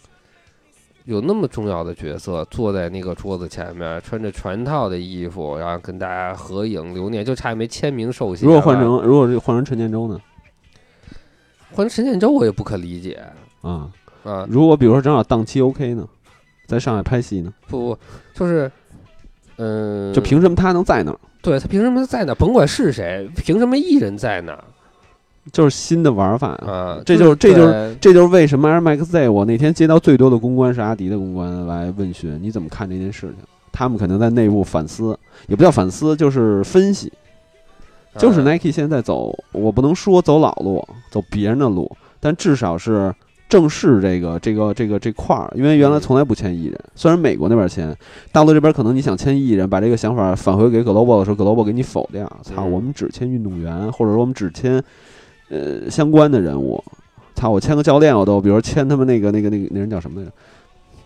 Speaker 2: 有那么重要的角色，坐在那个桌子前面，穿着全套的衣服，然后跟大家合影留念，就差没签名授写了。
Speaker 1: 如果换成如果是换成陈建州呢？
Speaker 2: 换成陈建州，我也不可理解
Speaker 1: 啊，
Speaker 2: 啊！
Speaker 1: 如果比如说正好档期 OK 呢，在上海拍戏呢，
Speaker 2: 不不，就是，嗯，
Speaker 1: 就凭什么他能在那儿？
Speaker 2: 对他凭什么在哪？甭管是谁，凭什么艺人在哪？
Speaker 1: 就是新的玩法啊，
Speaker 2: 啊，
Speaker 1: 这就是这就是
Speaker 2: 是
Speaker 1: 这就是为什么 Air Max Z 我那天接到最多的公关是阿迪的公关来问询你怎么看这件事情，他们可能在内部反思，也不叫反思，就是分析，
Speaker 2: 对
Speaker 1: 就是
Speaker 2: 啊
Speaker 1: Nike 现在走，我不能说走老路，走别人的路，但至少是正视这个这个这个这块儿，因为
Speaker 2: 嗯
Speaker 1: 原来从来不签艺人，虽然美国那边签，大陆这边可能你想签艺人，把这个想法返回给 Global 的时候，Global 给你否掉，操，
Speaker 2: 嗯
Speaker 1: 我们只签运动员，或者说我们只签呃相关的人物，操，我签个教练我都，比如签他们那个那个那个那人叫什么来着？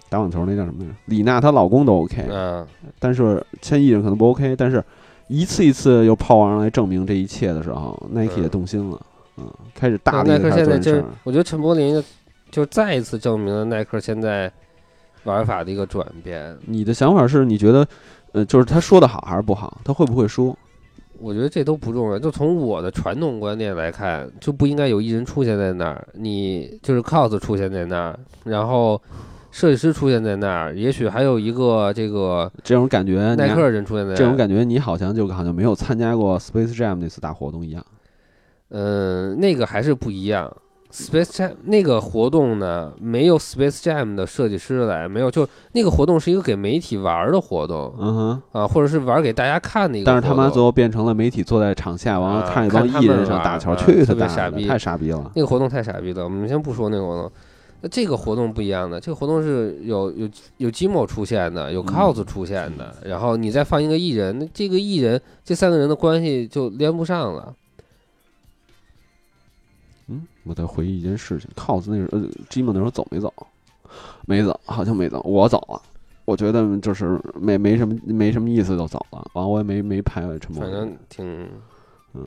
Speaker 1: 打网球那叫什么来着？李娜她老公都 OK，
Speaker 2: 嗯
Speaker 1: 但是签艺人可能不 OK，但是一次一次又炮王来证明这一切的时候，Nike
Speaker 2: 嗯
Speaker 1: 也动心了，嗯，开始大力
Speaker 2: 耐
Speaker 1: 的
Speaker 2: 克
Speaker 1: 开
Speaker 2: 现
Speaker 1: 始做
Speaker 2: 在
Speaker 1: 这
Speaker 2: 就
Speaker 1: 事
Speaker 2: 是
Speaker 1: 儿。，
Speaker 2: 我觉得陈柏霖就再一次证明了耐克现在玩法的一个转变。
Speaker 1: 你的想法是你觉得，呃，就是他说的好还是不好？他会不会说？
Speaker 2: 我觉得这都不重要。就从我的传统观念来看，就不应该有艺人出现在那儿，你就是 cos 出现在那儿，然后设计师出现在那儿，也许还有一个这个
Speaker 1: 这种感觉，你
Speaker 2: 耐
Speaker 1: 还
Speaker 2: 克人出现在那儿。
Speaker 1: 这种感觉，你好像就好像没有参加过 Space Jam 那次大活动一样。
Speaker 2: 嗯，那个还是不一样。Space Jam 那个活动呢，没有 Space Jam 的设计师来，没有，就那个活动是一个给媒体玩儿的活动
Speaker 1: 嗯哼，
Speaker 2: 啊，或者是玩儿给大家看的一个
Speaker 1: 但
Speaker 2: 活
Speaker 1: 是
Speaker 2: 动。
Speaker 1: 他妈最后变成了媒体坐在场下，完了
Speaker 2: 啊
Speaker 1: 看一帮
Speaker 2: 看他
Speaker 1: 艺
Speaker 2: 们
Speaker 1: 人上
Speaker 2: 玩
Speaker 1: 打球，
Speaker 2: 啊
Speaker 1: 去他
Speaker 2: 特别
Speaker 1: 大
Speaker 2: 傻
Speaker 1: 的，
Speaker 2: 逼
Speaker 1: 太傻逼了。
Speaker 2: 那个活动太傻逼了，我们先不说那个活动。那这个活动不一样的，这个活动是有有有 Gmo 出现的，有
Speaker 1: 嗯
Speaker 2: Cos 出现的，然后你再放一个艺人，那这个艺人这三个人的关系就连不上了。
Speaker 1: 嗯，我在回忆一件事情，cos 那时候，呃，Gmo 那时候走没走？没走，好像没走。我走了，我觉得就是没没什么没什么意思，就走了。完，我也没没拍陈柏
Speaker 2: 反
Speaker 1: 霖，
Speaker 2: 正挺，
Speaker 1: 嗯，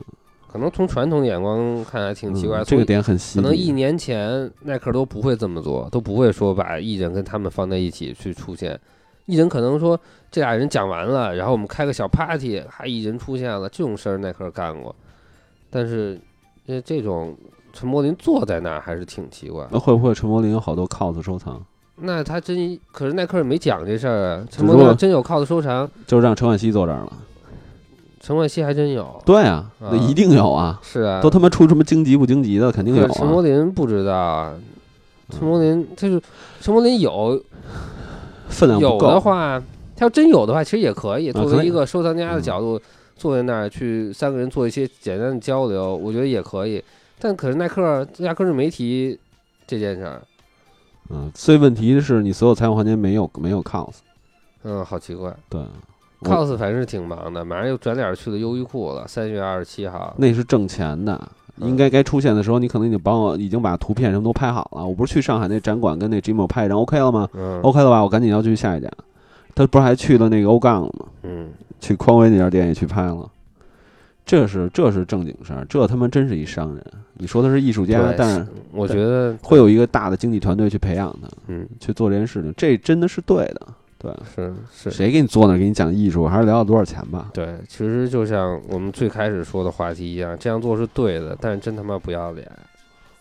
Speaker 2: 可能从传统的眼光看还挺奇
Speaker 1: 嗯
Speaker 2: 怪，
Speaker 1: 这
Speaker 2: 从
Speaker 1: 个点很细
Speaker 2: 可
Speaker 1: 腻。
Speaker 2: 能一年前耐克都不会这么做，都不会说把艺人跟他们放在一起去出现。艺人可能说这俩人讲完了，然后我们开个小 party，还艺人出现了，这种事儿耐克干过。但是这这种陈柏霖坐在那儿还是挺奇怪。
Speaker 1: 那呃会不会陈柏霖有好多 cos 收藏，
Speaker 2: 那他真可是耐克也没讲这事儿啊。陈
Speaker 1: 只
Speaker 2: 柏霖
Speaker 1: 说
Speaker 2: 要真有 cos 收藏，
Speaker 1: 就让陈冠希坐这儿了？
Speaker 2: 陈冠希还真有。
Speaker 1: 对啊，
Speaker 2: 啊
Speaker 1: 那一定有啊，
Speaker 2: 是啊，
Speaker 1: 都他妈出什么荆棘不荆棘的，肯定有嗯
Speaker 2: 可是陈柏
Speaker 1: 啊。
Speaker 2: 霖不知道啊。陈柏霖就是陈柏霖有
Speaker 1: 分量不
Speaker 2: 有
Speaker 1: 够啊
Speaker 2: 的话，他要真有的话，其实也可以。作
Speaker 1: 可
Speaker 2: 为
Speaker 1: 以嗯
Speaker 2: 一个收藏家的角度，坐在那儿去三个人做一些简单的交流，我觉得也可以。但可是耐克压根儿就没提这件事儿，
Speaker 1: 嗯，所以问题是你所有采访环节没有没有 cos，
Speaker 2: 嗯，好奇怪。
Speaker 1: 对，我
Speaker 2: cos 反正是挺忙的，马上又转脸去了优衣库了，三月二十七号。
Speaker 1: 那是挣钱的，
Speaker 2: 嗯
Speaker 1: 应该该出现的时候，你可能已经帮我已经把图片什么都拍好了。我不是去上海那展馆跟那 Jimo 拍一张 OK 了吗
Speaker 2: 嗯
Speaker 1: ？OK 了吧？我赶紧要去下一家。他不是还去了那个欧杠了吗？
Speaker 2: 嗯，
Speaker 1: 去匡威那家店也去拍了。这是这是正经事儿，这他妈真是一商人。你说他是艺术家
Speaker 2: 对，
Speaker 1: 但是
Speaker 2: 我觉得
Speaker 1: 会有一个大的经济团队去培养他，
Speaker 2: 嗯
Speaker 1: 去做这件事情，这真的是对的。对，
Speaker 2: 是是。
Speaker 1: 谁给你坐那儿给你讲艺术，还是聊聊多少钱吧？
Speaker 2: 对，其实就像我们最开始说的话题一样，这样做是对的，但是真他妈不要脸。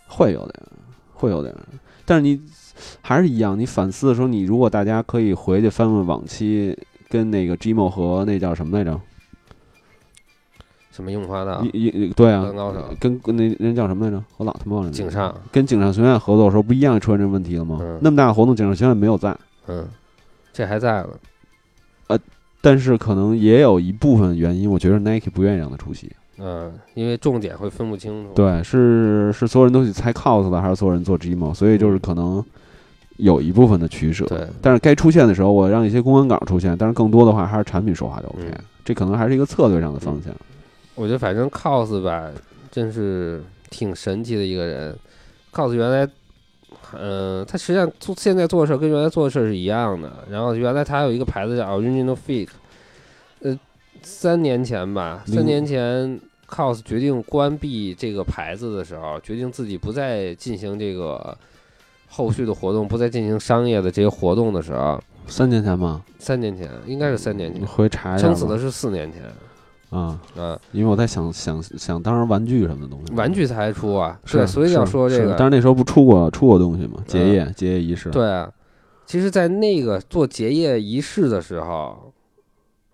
Speaker 1: 会有点儿，会有点儿。但是你还是一样，你反思的时候，你如果大家可以回去翻翻往期跟那个 Gmo 和那叫什么来着？
Speaker 2: 什么樱木花道、
Speaker 1: 一一对啊
Speaker 2: 灌篮，高手、
Speaker 1: 跟跟那人叫什么来着？我老他妈忘了。
Speaker 2: 井上，
Speaker 1: 跟井上学院合作的时候，不一样出现这问题了吗？
Speaker 2: 嗯
Speaker 1: 那么大的活动，井上学院没有在，
Speaker 2: 嗯，这还在了。
Speaker 1: 但是可能也有一部分原因，我觉得 Nike 不愿意让他出席。
Speaker 2: 嗯，因为重点会分不清楚。，
Speaker 1: 对，是是所有人都去猜 cos 的，还是所有人做 Gmo？所以就是可能有一部分的取舍。
Speaker 2: 对
Speaker 1: 但是该出现的时候，我让一些公关稿出现，但是更多的话还是产品说话就 OK、
Speaker 2: 嗯
Speaker 1: 这可能还是一个策略上的方向。
Speaker 2: 我觉得反正 cos 吧，真是挺神奇的一个人。cos 原来，嗯、他实际上做现在做的事儿跟原来做的事儿是一样的。然后原来他还有一个牌子叫 Original Fake，呃，三年前吧，
Speaker 1: 零
Speaker 2: 三年前 cos 决定关闭这个牌子的时候，决定自己不再进行这个后续的活动，不再进行商业的这些活动的时候，
Speaker 1: 三年前吗？
Speaker 2: 三年前应该是三年前
Speaker 1: 你。回查一下吧。
Speaker 2: 撑死的是四年前
Speaker 1: 啊、
Speaker 2: 啊，
Speaker 1: 因为我在想想想当时玩具什么的东西。
Speaker 2: 玩具才出啊，
Speaker 1: 嗯是
Speaker 2: 对，所以要说这
Speaker 1: 是是
Speaker 2: 个，嗯
Speaker 1: 但是那时候不出过出过东西嘛？结业、结业仪式。
Speaker 2: 对啊，其实，在那个做结业仪式的时候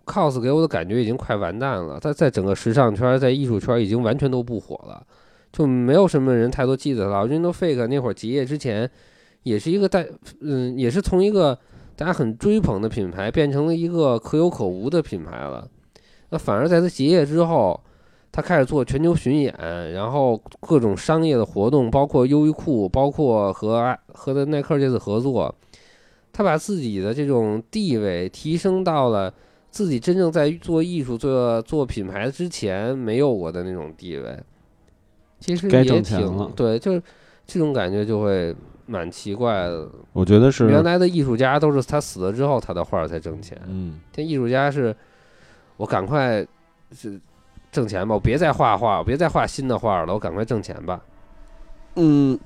Speaker 2: ，cos 给我的感觉已经快完蛋了，它在整个时尚圈、在艺术圈已经完全都不火了，就没有什么人太多记得了。Reno Fake 那会儿结业之前，也是一个大，嗯，也是从一个大家很追捧的品牌，变成了一个可有可无的品牌了。那反而在他结业之后，他开始做全球巡演，然后各种商业的活动，包括优衣库，包括和和的耐克这次合作，他把自己的这种地位提升到了自己真正在做艺术、做做品牌之前没有过的那种地位。其实
Speaker 1: 该
Speaker 2: 也
Speaker 1: 挣钱了
Speaker 2: 挺对，就是这种感觉就会蛮奇怪的。
Speaker 1: 我觉得
Speaker 2: 原
Speaker 1: 是，
Speaker 2: 来的艺术家都是他死了之后，他的画儿才挣钱。
Speaker 1: 嗯，
Speaker 2: 这艺术家是，我赶快是挣钱吧，我别再画画，我别再画新的画了，我赶快挣钱吧。
Speaker 1: 嗯，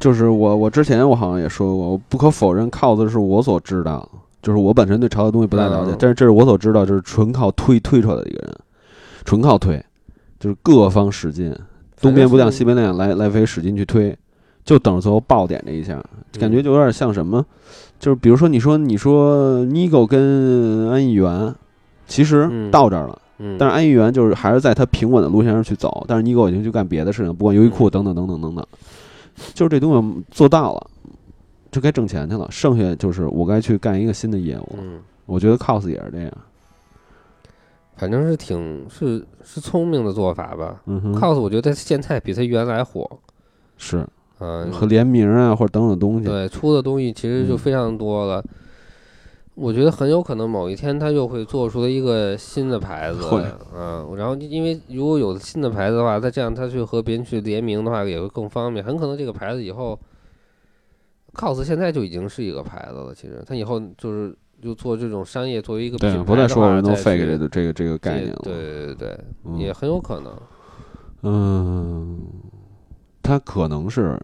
Speaker 1: 就是我，我之前我好像也说过，我不可否认，cos 是我所知道，就是我本身对潮流东西不太了解，
Speaker 2: 嗯
Speaker 1: 但是这是我所知道，就是纯靠推推出来的一个人，纯靠推，就是各方使劲，东边不亮西边亮，来来回使劲去推，就等着最后爆点这一下，感
Speaker 2: 嗯
Speaker 1: 觉就有点像什么，就是比如说你说你说 Nigo 跟安逸源，其实
Speaker 2: 嗯
Speaker 1: 到这儿了。
Speaker 2: 嗯，
Speaker 1: 但是安逸源就是还是在他平稳的路线上去走，但是尼狗已经去干别的事情，不管优衣
Speaker 2: 嗯
Speaker 1: 库等等等等等等，就是这东西做到了，就该挣钱去了，剩下就是我该去干一个新的业务。
Speaker 2: 嗯，
Speaker 1: 我觉得 cos 也是这样，
Speaker 2: 反正是挺是是聪明的做法吧。
Speaker 1: 嗯哼，
Speaker 2: cos 我觉得现在比他原来火，
Speaker 1: 是
Speaker 2: 嗯、
Speaker 1: 和联名啊或者等等东西，
Speaker 2: 对，出的东西其实就
Speaker 1: 嗯
Speaker 2: 非常多了。我觉得很有可能某一天他又会做出一个新的牌子
Speaker 1: 会，
Speaker 2: 嗯，然后因为如果有新的牌子的话，他这样他去和别人去联名的话也会更方便。很可能这个牌子以后，cos 现在就已经是一个牌子了。其实他以后就是就做这种商业，作为一个品牌
Speaker 1: 对，不再说
Speaker 2: 人
Speaker 1: no fake 这个这个这个概念了，
Speaker 2: 对对对对，
Speaker 1: 嗯
Speaker 2: 也很有可能。
Speaker 1: 嗯，它可能是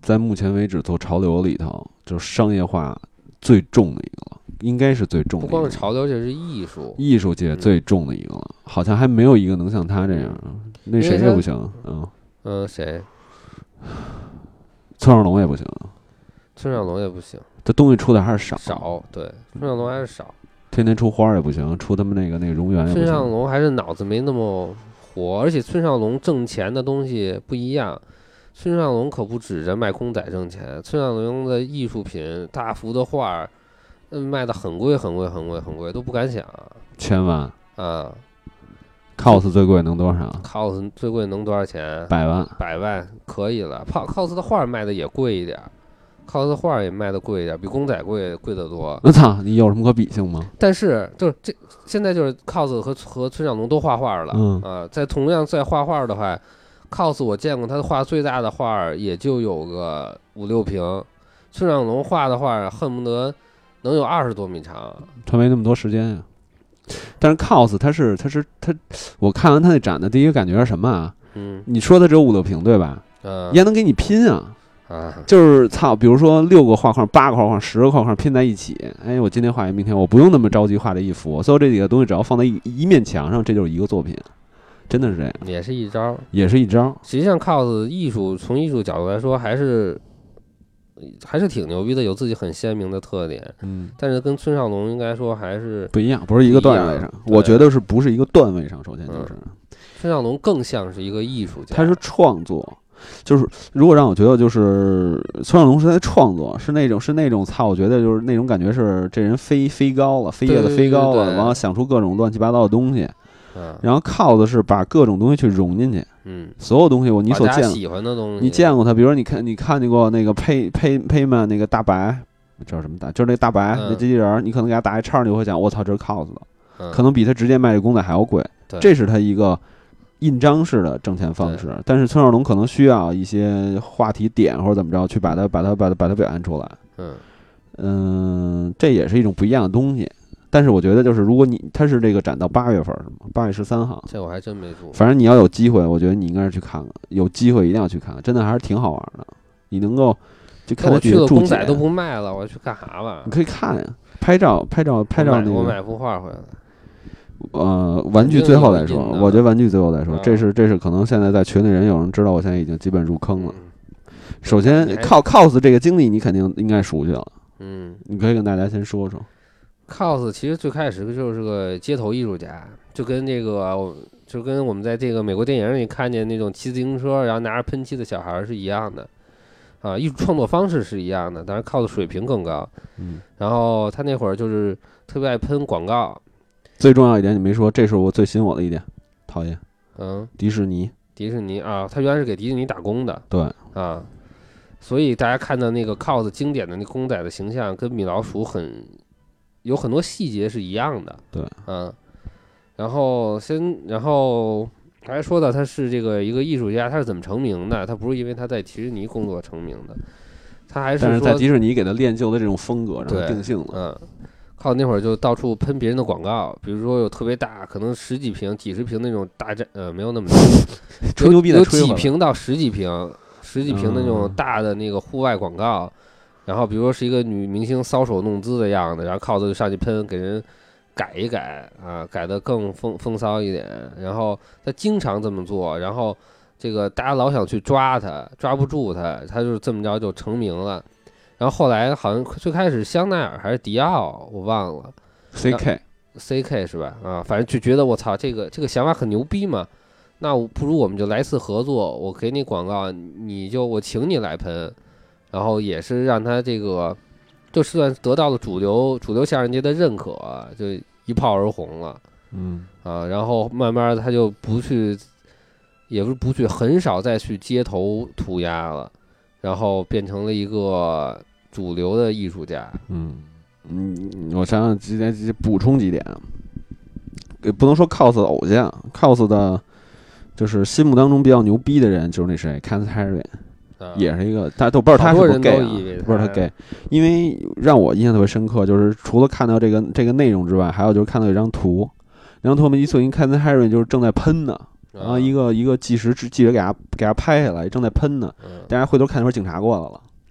Speaker 1: 在目前为止做潮流里头就是商业化最重的一个了，应该是最重的
Speaker 2: 不
Speaker 1: 一个
Speaker 2: 光
Speaker 1: 了。
Speaker 2: 是潮流，这是艺术。
Speaker 1: 艺术界最重的一个了，好像还没有一个能像他这样。那谁也不行，嗯，
Speaker 2: 嗯，谁？
Speaker 1: 村上龙也不行，
Speaker 2: 村上龙也不行，
Speaker 1: 这东西出的还是少，
Speaker 2: 少。对，村上龙还是少。
Speaker 1: 天天出花儿也不行，出他们那个那个蝾螈也不
Speaker 2: 村上
Speaker 1: 行。
Speaker 2: 龙还是脑子没那么活，而且村上龙挣钱的东西不一样。村上龙可不指着卖公仔挣钱，村上龙的艺术品、大幅的画儿，嗯，卖的很贵很贵很贵很贵，都不敢想
Speaker 1: 千万
Speaker 2: 啊。
Speaker 1: cos 最贵能多少？
Speaker 2: cos 最贵能多少钱？
Speaker 1: 百万。
Speaker 2: 百万可以了。泡 cos 的画儿卖的也贵一点儿，cos 的画儿也卖的贵一点儿，比公仔贵贵得多。
Speaker 1: 我操，你有什么可比性吗？
Speaker 2: 但是就是这现在就是 cos 和和村上龙都画画了，
Speaker 1: 嗯
Speaker 2: 啊，在同样在画画的话，cos 我见过他画最大的画儿也就有个五六平，村上龙画的画儿恨不得能有二十多米长，
Speaker 1: 他没那么多时间呀、但是 cos 他是他是他，我看完他那展的第一个感觉是什么啊？
Speaker 2: 嗯
Speaker 1: 你说他只有五六平对吧？
Speaker 2: 嗯
Speaker 1: 人家能给你拼啊，
Speaker 2: 啊，
Speaker 1: 就是操，比如说六个画框、八个画框、十个画框拼在一起，哎，我今天画一个，明天我不用那么着急画这一幅，所有这几个东西只要放在一一面墙上，这就是一个作品，真的是这样，
Speaker 2: 也是一招儿。
Speaker 1: 也是一招。
Speaker 2: 实际上，cos 艺术从艺术角度来说还是还是挺牛逼的，有自己很鲜明的特点，
Speaker 1: 嗯，
Speaker 2: 但是跟村上龙应该说还是
Speaker 1: 不一样，不是一个段位上，
Speaker 2: 不一样
Speaker 1: 我觉得是不是一个段位上？首先就是，
Speaker 2: 村上龙更像是一个艺术家，
Speaker 1: 他是创作，就是如果让我觉得就是村上龙是在创作，是那种是那种操，我觉得就是那种感觉是这人飞飞高了，飞
Speaker 2: 对
Speaker 1: 叶子
Speaker 2: 对
Speaker 1: 飞
Speaker 2: 对
Speaker 1: 高
Speaker 2: 对
Speaker 1: 了，然后想出各种乱七八糟的东西，
Speaker 2: 嗯
Speaker 1: 然后靠的是把各种东西去融进去。
Speaker 2: 嗯，
Speaker 1: 所有东西我你
Speaker 2: 把
Speaker 1: 所
Speaker 2: 大家
Speaker 1: 见的
Speaker 2: 喜欢的东西，
Speaker 1: 你见过他，比如说你看你看见过那个佩佩佩曼那个大白，叫什么大，就是那大白、
Speaker 2: 嗯
Speaker 1: 那机器人儿，你可能给他打一叉儿，你会想我操这是 cos 的，
Speaker 2: 嗯
Speaker 1: 可能比他直接卖这公仔还要贵
Speaker 2: 对，
Speaker 1: 这是他一个。印章式的挣钱方式，但是村上龙可能需要一些话题点或者怎么着去把它把它把它把它表现出来，
Speaker 2: 嗯。
Speaker 1: 嗯，这也是一种不一样的东西。但是我觉得就是如果你它是这个展到八月份儿是吗？八月十三号，
Speaker 2: 这我还真没住。
Speaker 1: 反正你要有机会，我觉得你应该是去看看，有机会一定要去看看，真的还是挺好玩的。你能够就看他
Speaker 2: 我
Speaker 1: 几
Speaker 2: 去
Speaker 1: 个
Speaker 2: 了
Speaker 1: 注
Speaker 2: 公
Speaker 1: 解
Speaker 2: 仔，都不卖了，我去干啥吧
Speaker 1: 你？可以看呀，拍照拍照拍照
Speaker 2: 我买
Speaker 1: 那
Speaker 2: 我
Speaker 1: 个
Speaker 2: 买幅画回来。
Speaker 1: 呃玩具最后再说
Speaker 2: 肯定有印，的
Speaker 1: 我觉得玩具最后再说
Speaker 2: 啊，
Speaker 1: 这是这是可能现在在群里人有人知道，我现在已经基本入坑了。
Speaker 2: 嗯哎
Speaker 1: 首先
Speaker 2: 你还
Speaker 1: 靠 cos 这个经历，你肯定应该熟悉了，
Speaker 2: 嗯
Speaker 1: 你可以跟大家先说说。
Speaker 2: ，cos 其实最开始就是个街头艺术家，就跟这个就就跟我们在这个美国电影里看见那种骑自行车然后拿着喷漆的小孩儿是一样的，啊，艺术创作方式是一样的，当然靠的水平更高。
Speaker 1: 嗯，
Speaker 2: 然后他那会儿就是特别爱喷广告，
Speaker 1: 最重要一点你没说，这是我最吸引我的一点，讨厌
Speaker 2: 嗯，
Speaker 1: 迪士尼。
Speaker 2: 迪士尼啊，他原来是给迪士尼打工的
Speaker 1: 对，
Speaker 2: 啊，所以大家看到那个 cos 经典的那公仔的形象，跟米老鼠很有很多细节是一样的。
Speaker 1: 对，
Speaker 2: 嗯，然后先，然后还说到他是这个一个艺术家，他是怎么成名的？他不是因为他在迪士尼工作成名的，他还
Speaker 1: 但是在
Speaker 2: 说，
Speaker 1: 迪士尼给他练就的这种风格，然
Speaker 2: 对
Speaker 1: 后定性了。
Speaker 2: 嗯，靠那会儿就到处喷别人的广告，比如说有特别大，可能十几平、几十平那种大站，呃，没有那么大
Speaker 1: 吹牛逼
Speaker 2: 有
Speaker 1: 的
Speaker 2: 有
Speaker 1: 吹
Speaker 2: 几
Speaker 1: 回来，
Speaker 2: 平到十几平、十几平的那种
Speaker 1: 嗯
Speaker 2: 大的那个户外广告，然后比如说是一个女明星搔首弄姿的样子，然后靠子就上去喷，给人改一改啊，改的更风风骚一点。然后他经常这么做，然后这个大家老想去抓他，抓不住他，他就是这么着就成名了。然后后来好像最开始香奈儿还是迪奥，我忘了。
Speaker 1: CK
Speaker 2: CK 是吧？啊，反正就觉得我操，这个这个想法很牛逼嘛。那我不如我们就来次合作，我给你广告，你就我请你来喷，然后也是让他这个，就算得到了主流主流相声界的认可，啊就一炮而红了
Speaker 1: 嗯，
Speaker 2: 啊。然后慢慢他就不去，也不是不去，很少再去街头涂鸦了，然后变成了一个主流的艺术家。
Speaker 1: 嗯嗯，我想想，今天直接补充几点，也不能说 cos 的偶像，cos 的，就是心目当中比较牛逼的人，就是那谁 c a n s Harry，
Speaker 2: 啊、
Speaker 1: 也是一个，大家都不知道他是
Speaker 2: 好
Speaker 1: 不
Speaker 2: 多
Speaker 1: 是
Speaker 2: 人都
Speaker 1: gay，、
Speaker 2: 以为
Speaker 1: 啊、不知道
Speaker 2: 他
Speaker 1: 他 gay，因为让我印象特别深刻，就是除了看到这个这个内容之外，还有就是看到有一张图，那张图我们一搜，一看 c a n Harry 就是正在喷
Speaker 2: 啊
Speaker 1: 呢，然后一个一个计时记者给他给他拍下来，正在喷呢，
Speaker 2: 嗯
Speaker 1: 大家回头看一会儿警察过来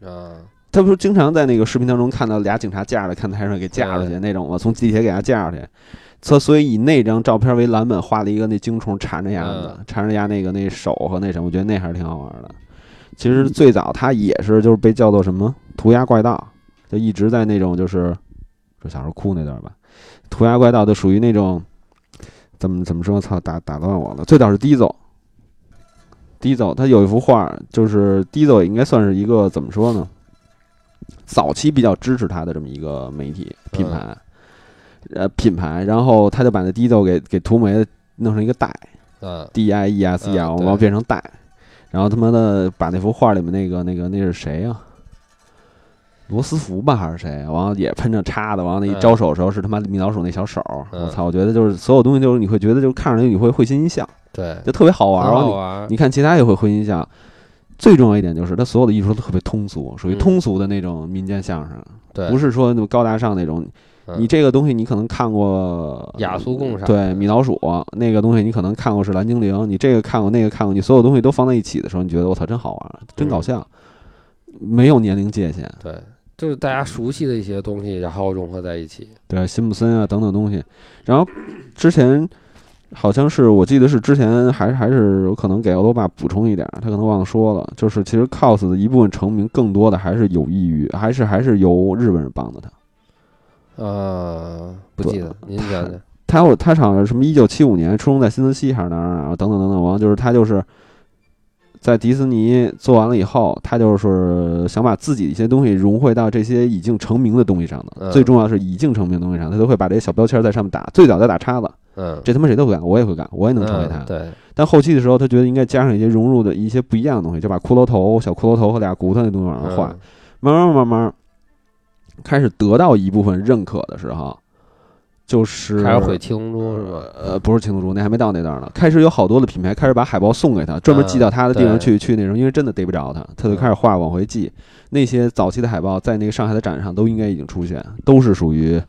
Speaker 1: 了。
Speaker 2: 啊
Speaker 1: 他不是经常在那个视频当中看到俩警察架着看台上给架出去
Speaker 2: 对
Speaker 1: 那种吗？从地铁给他架出去，所所以以那张照片为蓝本画了一个那精虫缠着牙的，缠着牙那个那手和那什么，我觉得那还是挺好玩的。其实最早他也是就是被叫做什么涂鸦怪盗，就一直在那种就是说小时候哭那段吧，涂鸦怪盗就属于那种怎么怎么说？操，打打乱我了。最早是 Dizo。Dizo，他有一幅画，就是 Dizo 也应该算是一个怎么说呢？早期比较支持他的这么一个媒体品牌，呃，品牌，然后他就把那 Dizo 给给涂没了，弄成一个带
Speaker 2: 啊
Speaker 1: D I E S E L，
Speaker 2: 嗯对
Speaker 1: 然后变成带，然后他妈的把那幅画里面那个那个那是谁呀、罗斯福吧还是谁？啊完了也喷着叉子，完了，一
Speaker 2: 嗯
Speaker 1: 招手的时候是他妈米老鼠那小手儿，
Speaker 2: 嗯
Speaker 1: 我操！我觉得就是所有东西就是你会觉得就是看上去你会会心一笑，
Speaker 2: 对，
Speaker 1: 就特别好玩儿。
Speaker 2: 很
Speaker 1: 然
Speaker 2: 好
Speaker 1: 后
Speaker 2: 玩儿
Speaker 1: 你，你看其他也会会心一笑。最重要一点就是，他所有的艺术都特别通俗，属于
Speaker 2: 嗯
Speaker 1: 通俗的那种民间相声，
Speaker 2: 对，
Speaker 1: 不是说那么高大上那种。
Speaker 2: 嗯
Speaker 1: 你这个东西你可能看过
Speaker 2: 雅俗共赏，
Speaker 1: 对米老鼠那个东西，你可能看过是蓝精灵，你这个看过那个看过，你所有东西都放在一起的时候，你觉得我操真好玩，真搞笑，没有年龄界限。
Speaker 2: 对，就是大家熟悉的一些东西，然后融合在一起。
Speaker 1: 对，辛普森啊等等东西。然后之前好像是我记得是之前还还是我可能给欧多爸补充一点儿，他可能忘了说了，就是其实 cos 的一部分成名更多的还是有益于，还是还是由日本人帮的他。
Speaker 2: 呃，不
Speaker 1: 对
Speaker 2: 记得，您
Speaker 1: 他
Speaker 2: 讲讲。
Speaker 1: 他有他好像什么一九七五年出生在新泽西还是哪儿哪儿啊等等等等，完了就是他就是在迪士尼做完了以后，他就是想把自己的一些东西融汇到这些已经成名的东西上的。
Speaker 2: 嗯
Speaker 1: 最重要是已经成名的东西上，他都会把这些小标签在上面打，最早在打叉子，
Speaker 2: 嗯，
Speaker 1: 这他妈谁都会干，我也会干，我也能成为
Speaker 2: 嗯
Speaker 1: 他。啊
Speaker 2: 对，
Speaker 1: 但后期的时候，他觉得应该加上一些融入的一些不一样的东西，就把骷髅头、小骷髅头和俩骨头那东西往上画，
Speaker 2: 嗯
Speaker 1: 慢慢慢慢开始得到一部分认可的时候，就是
Speaker 2: 开始毁七龙珠是吧？
Speaker 1: 呃，不是青龙珠，那还没到那段儿呢。开始有好多的品牌开始把海报送给他，专门寄到他的地方
Speaker 2: 嗯
Speaker 1: 去、去那种，因为真的逮不着他，他就开始画往回寄。那些早期的海报在那个上海的展上都应该已经出现，都是属于，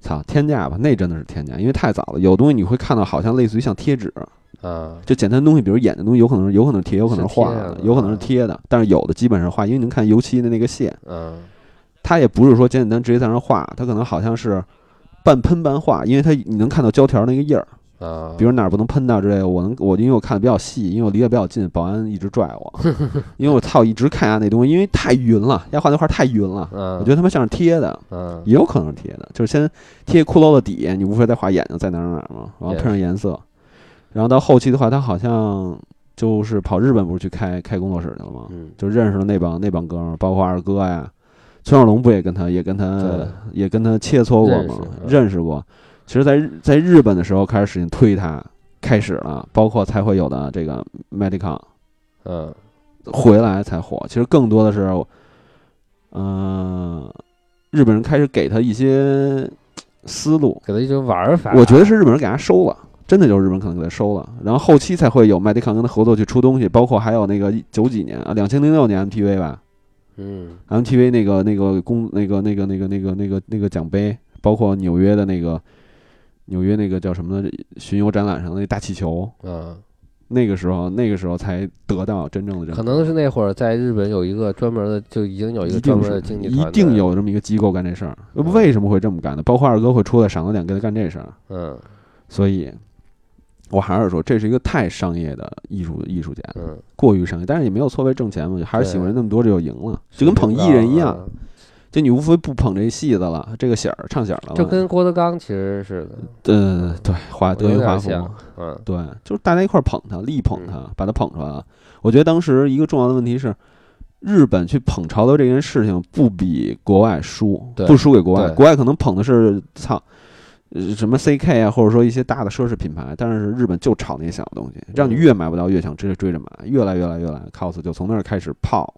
Speaker 1: 操天价吧？那真的是天价，因为太早了。有东西你会看到，好像类似于像贴纸，
Speaker 2: 啊，
Speaker 1: 就简单东西，比如眼的东西，有可能是有可能是贴，有可能是画
Speaker 2: 是贴的
Speaker 1: 有可能是贴的，但是有的基本上画，因为您看油漆的那个线，
Speaker 2: 嗯，
Speaker 1: 它也不是说简简单单直接在那儿画，它可能好像是半喷半画，因为它你能看到胶条那个印儿。
Speaker 2: 啊，
Speaker 1: 比如哪儿不能喷到之类的，我能我因为我看的比较细，因为我离得比较近，保安一直拽 我，因为我操一直看下那东西，因为太晕了，压画那块儿太晕了，
Speaker 2: 嗯，
Speaker 1: 我觉得他妈像是贴的，
Speaker 2: 嗯，
Speaker 1: 也有可能是贴的，就是先贴骷髅的底，你无非再画眼睛在哪儿哪儿嘛，然后
Speaker 2: 也
Speaker 1: 喷上颜色，然后到后期的话，他好像就是跑日本不是去开开工作室去了吗？
Speaker 2: 嗯，
Speaker 1: 就认识了那帮那帮哥们儿，包括二哥呀，村上龙不也跟他也跟他
Speaker 2: 对
Speaker 1: 也跟他切磋过吗？
Speaker 2: 认识嗯
Speaker 1: 认识过。其实在日，在日本的时候开始使劲推他，开始了，包括才会有的这个 Medicon
Speaker 2: 嗯，
Speaker 1: 回来才火。其实更多的是，嗯、日本人开始给他一些思路，
Speaker 2: 给他一种玩法。
Speaker 1: 我觉得是日本人给他收了，真的就是日本可能给他收了，然后后期才会有麦迪康跟他合作去出东西，包括还有那个九几年啊，两千零六年 MTV 吧
Speaker 2: 嗯
Speaker 1: ，MTV 那个那个公那个那个那个那个那个那个奖杯，包括纽约的那个纽约那个叫什么呢？巡游展览上的那大气球，
Speaker 2: 嗯，
Speaker 1: 那个时候那个时候才得到真正的认可，
Speaker 2: 可能是那会儿在日本有一个专门的，就已经有一
Speaker 1: 一
Speaker 2: 个专
Speaker 1: 定
Speaker 2: 门
Speaker 1: 是
Speaker 2: 的经济
Speaker 1: 一
Speaker 2: 团队
Speaker 1: 定。有这么一个机构干这事儿，
Speaker 2: 嗯
Speaker 1: 为什么会这么干呢？包括二哥会出来赏了脸跟他干这事儿，
Speaker 2: 嗯
Speaker 1: 所以，我还是说，这是一个太商业的艺术艺术家，
Speaker 2: 嗯，
Speaker 1: 过于商业，但是也没有错为挣钱嘛，还是喜欢人那么多，这就赢了，就跟捧
Speaker 2: 水平
Speaker 1: 艺人一
Speaker 2: 高
Speaker 1: 样，
Speaker 2: 啊，
Speaker 1: 就你无非不捧这戏的了，这个响儿唱响儿了嘛，
Speaker 2: 就跟郭德纲其实似的。
Speaker 1: 嗯对华德
Speaker 2: 有
Speaker 1: 云
Speaker 2: 点
Speaker 1: 华府，
Speaker 2: 像嗯
Speaker 1: 对，就是大家一块儿捧他，力捧他，把他捧出来了。我觉得当时一个重要的问题是。日本去捧潮流这件事情不比国外输，
Speaker 2: 对
Speaker 1: 不输给国外。
Speaker 2: 对
Speaker 1: 国外可能捧的是操，呃什么 CK 啊，或者说一些大的奢侈品牌，但是日本就炒那些小的东西，让
Speaker 2: 嗯
Speaker 1: 你越买不到，越想追着追着买，越来越来越来，cos 就从那儿开始泡，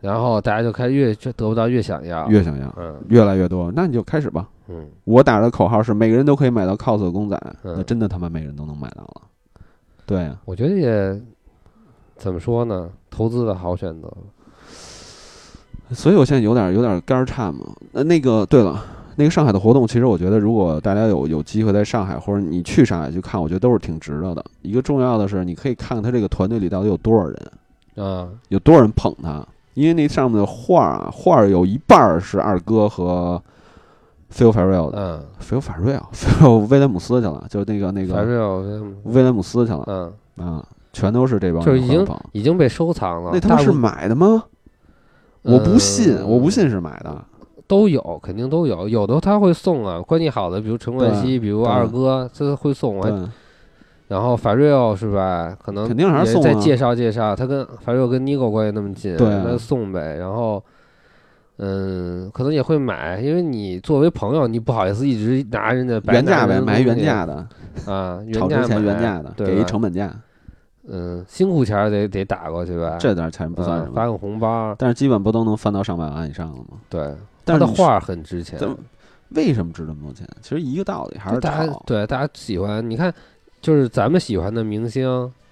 Speaker 2: 然后大家就开始越就得不到越想要，
Speaker 1: 越想要，
Speaker 2: 嗯
Speaker 1: 越来越多，那你就开始吧。
Speaker 2: 嗯
Speaker 1: 我打的口号是每个人都可以买到 cos 的公仔，
Speaker 2: 嗯
Speaker 1: 那真的他妈每个人都能买到了。对啊呀、
Speaker 2: 我觉得也怎么说呢，投资的好选择。
Speaker 1: 所以我现在有点有点肝儿颤嘛。呃，那个对了，那个上海的活动，其实我觉得如果大家有有机会在上海，或者你去上海去看，我觉得都是挺值得的。一个重要的是，你可以看看他这个团队里到底有多少人，
Speaker 2: 啊，
Speaker 1: 有多少人捧他，因为那上面的画儿啊，画儿有一半儿是二哥和 Phil Farrell 的。
Speaker 2: 嗯，
Speaker 1: 菲尔法瑞啊，菲尔威廉姆斯去了，就是那个那
Speaker 2: 反
Speaker 1: 个
Speaker 2: 正有，
Speaker 1: 威廉姆斯去了
Speaker 2: 嗯，
Speaker 1: 啊，全都是这帮人
Speaker 2: 就是已经
Speaker 1: 合捧
Speaker 2: 已经被收藏了。
Speaker 1: 那他妈
Speaker 2: 大
Speaker 1: 是
Speaker 2: 部
Speaker 1: 买的吗？我不信，
Speaker 2: 呃
Speaker 1: 我不信是买的。
Speaker 2: 都有，肯定都有，有的他会送啊，关系好的，比如陈冠希，比如
Speaker 1: 对
Speaker 2: 二哥，这会送啊。
Speaker 1: 对，
Speaker 2: 然后法瑞奥是吧？可能
Speaker 1: 肯定还是送啊
Speaker 2: 也再介绍介绍，他跟法瑞奥跟 Nigo 关系那么近，
Speaker 1: 对啊
Speaker 2: 那就送呗。然后。嗯，可能也会买，因为你作为朋友，你不好意思一直拿人家白
Speaker 1: 原
Speaker 2: 拿
Speaker 1: 价
Speaker 2: 人
Speaker 1: 呗，
Speaker 2: 家的
Speaker 1: 买
Speaker 2: 东
Speaker 1: 原
Speaker 2: 西
Speaker 1: 价的，
Speaker 2: 啊，
Speaker 1: 炒
Speaker 2: 原价
Speaker 1: 之前
Speaker 2: 买
Speaker 1: 原价的，
Speaker 2: 对
Speaker 1: 给一
Speaker 2: 吧
Speaker 1: 成本价，
Speaker 2: 嗯，辛苦钱儿得得打过去吧，
Speaker 1: 这点钱不算
Speaker 2: 嗯
Speaker 1: 什么。
Speaker 2: 发个红包，
Speaker 1: 但是基本不都能翻到上百万以上了吗？
Speaker 2: 对，
Speaker 1: 但
Speaker 2: 他
Speaker 1: 是
Speaker 2: 的
Speaker 1: 你
Speaker 2: 画儿很值钱，
Speaker 1: 咱为什么值那么多钱？其实一个道理，还
Speaker 2: 就是大家
Speaker 1: 炒。
Speaker 2: 对大家喜欢，你看，就是咱们喜欢的明星，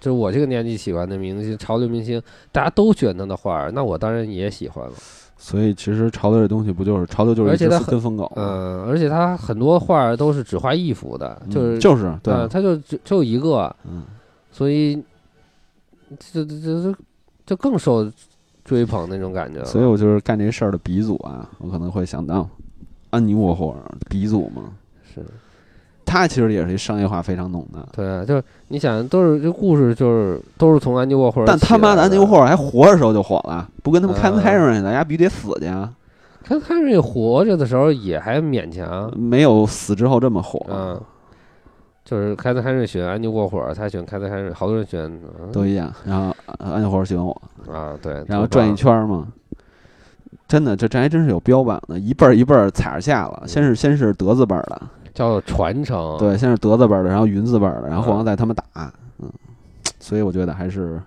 Speaker 2: 就是我这个年纪喜欢的明星，潮流明星，大家都喜欢他的画儿，那我当然也喜欢了。
Speaker 1: 所以其实潮流这东西不就是潮流就是一
Speaker 2: 而且
Speaker 1: 只
Speaker 2: 它
Speaker 1: 跟风狗吗，
Speaker 2: 嗯，而且他很多画儿都是只画一幅的，
Speaker 1: 嗯
Speaker 2: 就是
Speaker 1: 就是对
Speaker 2: 嗯，他就只只有一个，
Speaker 1: 嗯
Speaker 2: 所以这这这就更受追捧那种感觉了。
Speaker 1: 所以我就是干这事儿的鼻祖啊，我可能会想到安妮沃霍尔鼻祖嘛，
Speaker 2: 是。
Speaker 1: 他其实也是一商业化非常浓的。
Speaker 2: 对啊，就是你想，都是这故事，就是都是从安迪沃霍尔起来
Speaker 1: 但
Speaker 2: 的。
Speaker 1: 他妈的安妮沃霍尔还活着时候就火了，不跟他们
Speaker 2: 啊嗯
Speaker 1: 开恩开瑞，大家必须得死去啊！
Speaker 2: 看他这活着的时候也还勉强，
Speaker 1: 没有死之后这么火。
Speaker 2: 嗯，就是凯特·汉瑞选安妮·沃霍尔，他选凯特·汉瑞，好多人选、嗯
Speaker 1: 都一样，然后呃安妮霍尔喜欢我，
Speaker 2: 啊，对，
Speaker 1: 然后
Speaker 2: 头发
Speaker 1: 转一，圈儿嘛，真的这这还真是有标榜的，一辈儿一辈儿踩着下了，先
Speaker 2: 嗯
Speaker 1: 是先是德字辈儿的，
Speaker 2: 叫做传承，，
Speaker 1: 对，先是德字辈儿的，然后云字辈儿的，然后
Speaker 2: 嗯
Speaker 1: 皇上带他们打，嗯，所以我觉得还是，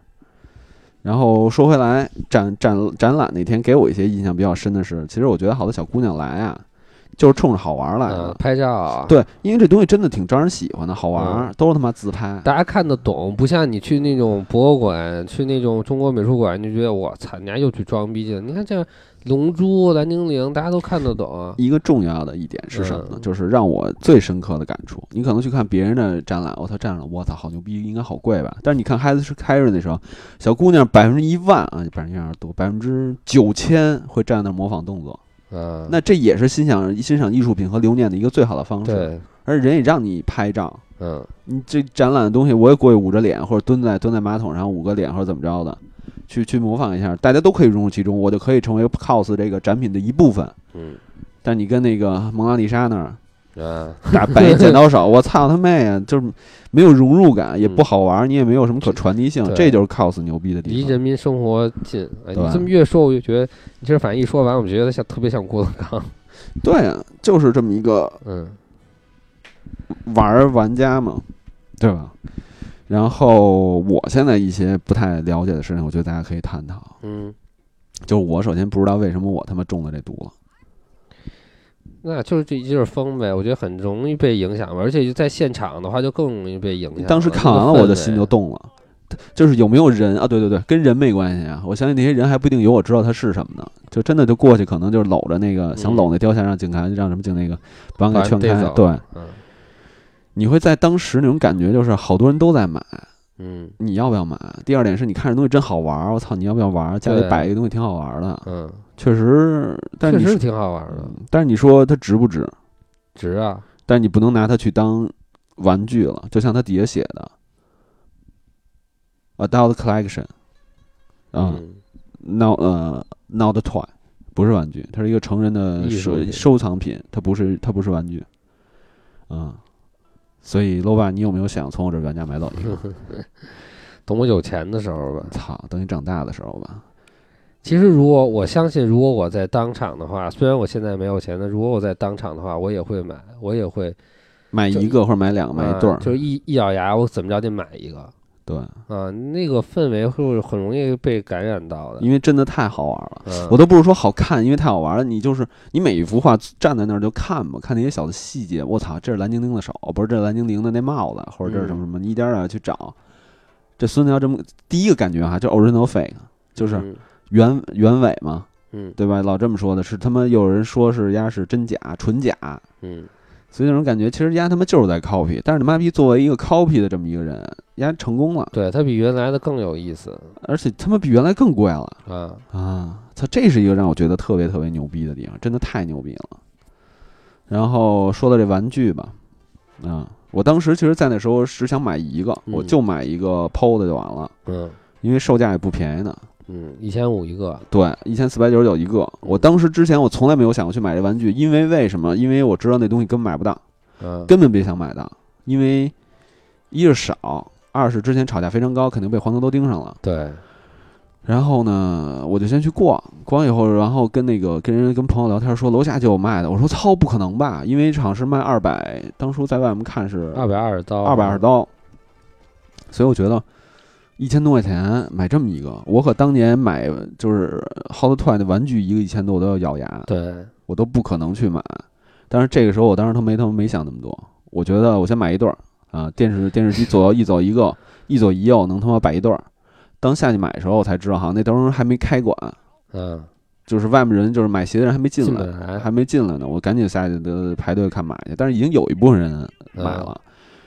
Speaker 1: 然后说回来，展展展览那天给我一些印象比较深的是，其实我觉得好多小姑娘来啊，就是冲着好玩儿来
Speaker 2: 嗯，
Speaker 1: 的，
Speaker 2: 拍照啊，，嗯
Speaker 1: 对，因为这东西真的挺招人喜欢的，好玩儿，都是他妈自拍，
Speaker 2: 大家看得懂，不像你去那种博物馆，去那种中国美术馆，你就觉得我操，人家又去装逼去了。你看这《龙珠》《蓝精灵》，大家都看得懂，啊
Speaker 1: 一个重要的一点是什么呢？
Speaker 2: 嗯
Speaker 1: 就是让我最深刻的感触。你可能去看别人的展览，哦我操，展览，我操，好牛逼，应该好贵吧？但是你看 h a r r 是 c a r r y 那时候，小姑娘百分之一万啊，百分之有点多，百分之九千会站在那儿模仿动作。
Speaker 2: 嗯，
Speaker 1: 那这也是欣赏欣赏艺术品和留念的一个最好的方式。
Speaker 2: 对，
Speaker 1: 而人也让你拍照，
Speaker 2: 嗯，
Speaker 1: 你这展览的东西，我也过去捂着脸，或者蹲在蹲在马桶上捂个脸，或者怎么着的，去去模仿一下，大家都可以融入其中，我就可以成为 cos 这个展品的一部分。
Speaker 2: 嗯，
Speaker 1: 但你跟那个蒙娜丽莎那儿，
Speaker 2: 啊，
Speaker 1: 大白剪刀手， 我操他妹啊！就是没有融入感，也不好玩，你也没有什么可传递性，
Speaker 2: 嗯对
Speaker 1: 这就是 cos 牛逼的地
Speaker 2: 离
Speaker 1: 方。
Speaker 2: 人民生活近。哎，
Speaker 1: 对
Speaker 2: 你这么越说，我就觉得，你其实反正一说完，我觉得像特别像郭德纲。
Speaker 1: 对啊，就是这么一个
Speaker 2: 嗯
Speaker 1: 玩儿玩家嘛，对吧？然后我现在一些不太了解的事情，我觉得大家可以探讨。
Speaker 2: 嗯，
Speaker 1: 就是我首先不知道为什么我他妈中了这毒了，
Speaker 2: 那就是这一阵风呗，我觉得很容易被影响，而且就在现场的话就更容易被影响。
Speaker 1: 当时看完了
Speaker 2: 啊那个氛
Speaker 1: 我的心
Speaker 2: 围
Speaker 1: 就动了。就是有没有人啊？对对对，跟人没关系啊。我相信那些人还不一定有我知道他是什么呢。就真的就过去，可能就是搂着那个、想
Speaker 2: 嗯
Speaker 1: 搂那雕像，让警察让什么警那个帮给
Speaker 2: 把
Speaker 1: 劝
Speaker 2: 人逮
Speaker 1: 开。
Speaker 2: 走
Speaker 1: 对，
Speaker 2: 嗯
Speaker 1: 你会在当时那种感觉，就是好多人都在买，
Speaker 2: 嗯
Speaker 1: 你要不要买？第二点是你看这东西真好玩儿，我操，你要不要玩儿？家里
Speaker 2: 对
Speaker 1: 摆一个东西挺好玩儿的，
Speaker 2: 嗯，
Speaker 1: 确实，但
Speaker 2: 确
Speaker 1: 你
Speaker 2: 实
Speaker 1: 说
Speaker 2: 挺好玩的，
Speaker 1: 嗯但是你说它值不值？
Speaker 2: 值啊。
Speaker 1: 但你不能拿它去当玩具了，就像它底下写的，adult collection，啊、
Speaker 2: 嗯
Speaker 1: n o t 呃 not a toy，不是玩具，它是一个成人的
Speaker 2: 艺术
Speaker 1: 收
Speaker 2: 品
Speaker 1: 收藏品，它不是它不是玩具，嗯，所以老板，你有没有想从我这玩家买走一个？
Speaker 2: 等我有钱的时候吧。
Speaker 1: 操，等你长大的时候吧，
Speaker 2: 其实，如果我相信，如果我在当场的话，虽然我现在没有钱，但如果我在当场的话，我也会买，我也会
Speaker 1: 买一个或者买两个，买一对
Speaker 2: 啊
Speaker 1: 儿，
Speaker 2: 就是一一咬牙，我怎么着得买一个
Speaker 1: 对，
Speaker 2: 啊！那个氛围会很容易被感染到的。
Speaker 1: 因为真的太好玩了。
Speaker 2: 嗯
Speaker 1: 我都不是说好看，因为太好玩了。你就是你每一幅画站在那儿就看吧，看那些小的细节。我操，这是蓝精灵的手，不是这是蓝精灵的那帽子，或者这是什么什么，你一点点去找。这孙子要这么第一个感觉哈、就 original fake，就是
Speaker 2: 嗯
Speaker 1: 原原委嘛，
Speaker 2: 嗯
Speaker 1: 对吧？老这么说的是他妈有人说是丫是真假纯假，
Speaker 2: 嗯
Speaker 1: 所以那种感觉其实丫他妈就是在 copy，但是你妈逼作为一个 copy 的这么一个人，丫成功了，
Speaker 2: 对，它比原来的更有意思
Speaker 1: 而且他妈比原来更贵了。
Speaker 2: 啊！
Speaker 1: 啊，它这是一个让我觉得特别特别牛逼的地方，真的太牛逼了。然后说到这玩具吧，啊，我当时其实，在那时候只想买一个，我
Speaker 2: 嗯
Speaker 1: 就买一个抛的就完了，
Speaker 2: 嗯
Speaker 1: 因为售价也不便宜呢。
Speaker 2: 嗯，一千五一个，
Speaker 1: 对，一千四百九十九一个。我当时之前我从来没有想过去买这玩具，因为为什么？因为我知道那东西根本买不到，
Speaker 2: 嗯
Speaker 1: 根本别想买到，因为一是少，二是之前炒价非常高，肯定被黄牛都盯上了。
Speaker 2: 对，
Speaker 1: 然后呢，我就先去逛，逛以后，然后跟那个跟人跟朋友聊天说楼下就有卖的，我说操，不可能吧？因为厂是卖二百，当初在外面看是
Speaker 2: 二百二十刀，
Speaker 1: 二百二十，刀，所以我觉得一千多块钱买这么一个，我可当年买就是好 o t Toy 的玩具一个一千多，我都要咬牙，
Speaker 2: 对，
Speaker 1: 我都不可能去买。但是这个时候，我当时他没他妈没想那么多，我觉得我先买一对儿啊，电视电视机左右一左一个，一左一右能他妈摆一对儿。当下去买的时候，我才知道哈，那当时还没开馆，
Speaker 2: 嗯，
Speaker 1: 就是外面人就是买鞋的人还没进
Speaker 2: 进
Speaker 1: 来，
Speaker 2: 本来
Speaker 1: 还没进来呢，我赶紧下去的排队看买去，但是已经有一部分人
Speaker 2: 嗯
Speaker 1: 买了，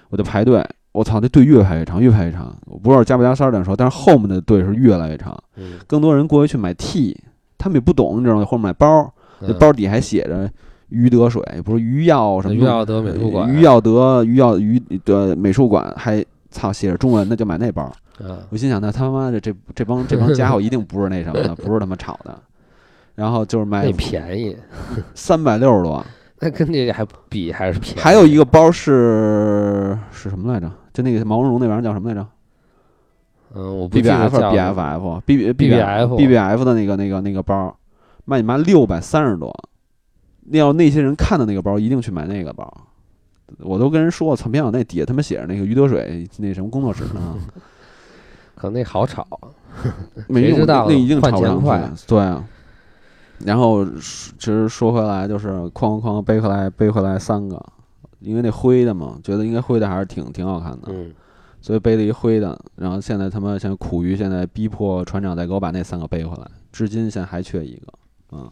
Speaker 1: 我就排队。我操，这队越排越长，越排越长。我不知道加不加塞儿的说，但是后面的队是越来越长，
Speaker 2: 嗯，
Speaker 1: 更多人过去去买 T，他们也不懂，你知道吗？或者买包，那
Speaker 2: 嗯
Speaker 1: 包底还写着于德水，不是于耀什么呃
Speaker 2: 于耀德美术馆，
Speaker 1: 于耀德于耀于的美术馆还操写着中文，那就买那包。
Speaker 2: 嗯
Speaker 1: 我心想，那他妈的这这帮这帮家伙一定不是那什么的，不是他妈炒的。然后就是买
Speaker 2: 那便宜，
Speaker 1: 三百六十多，
Speaker 2: 那跟这个还比还是便宜。
Speaker 1: 还有一个包是是什么来着？就那个毛茸茸那玩意儿叫什么来着
Speaker 2: 嗯，我不记得叫了
Speaker 1: ？BBF BF
Speaker 2: BBF
Speaker 1: BBF 的那个那个那个包，卖你妈六百三十多。那要那些人看到那个包，一定去买那个包。我都跟人说，操，别往那底下他妈写着那个于德水那什么工作室呢，
Speaker 2: 可能那好炒，
Speaker 1: 没用，
Speaker 2: 嗯知道
Speaker 1: 那一定
Speaker 2: 换
Speaker 1: 炒不
Speaker 2: 钱
Speaker 1: 上
Speaker 2: 快
Speaker 1: 去。对啊。然后其实说回来，就是哐哐哐背回来背回来三个，因为那灰的嘛，觉得应该灰的还是挺挺好看的，
Speaker 2: 嗯，
Speaker 1: 所以背了一灰的。然后现在他妈现在苦于现在逼迫船长再给我把那三个背回来，至今现在还缺一个，嗯，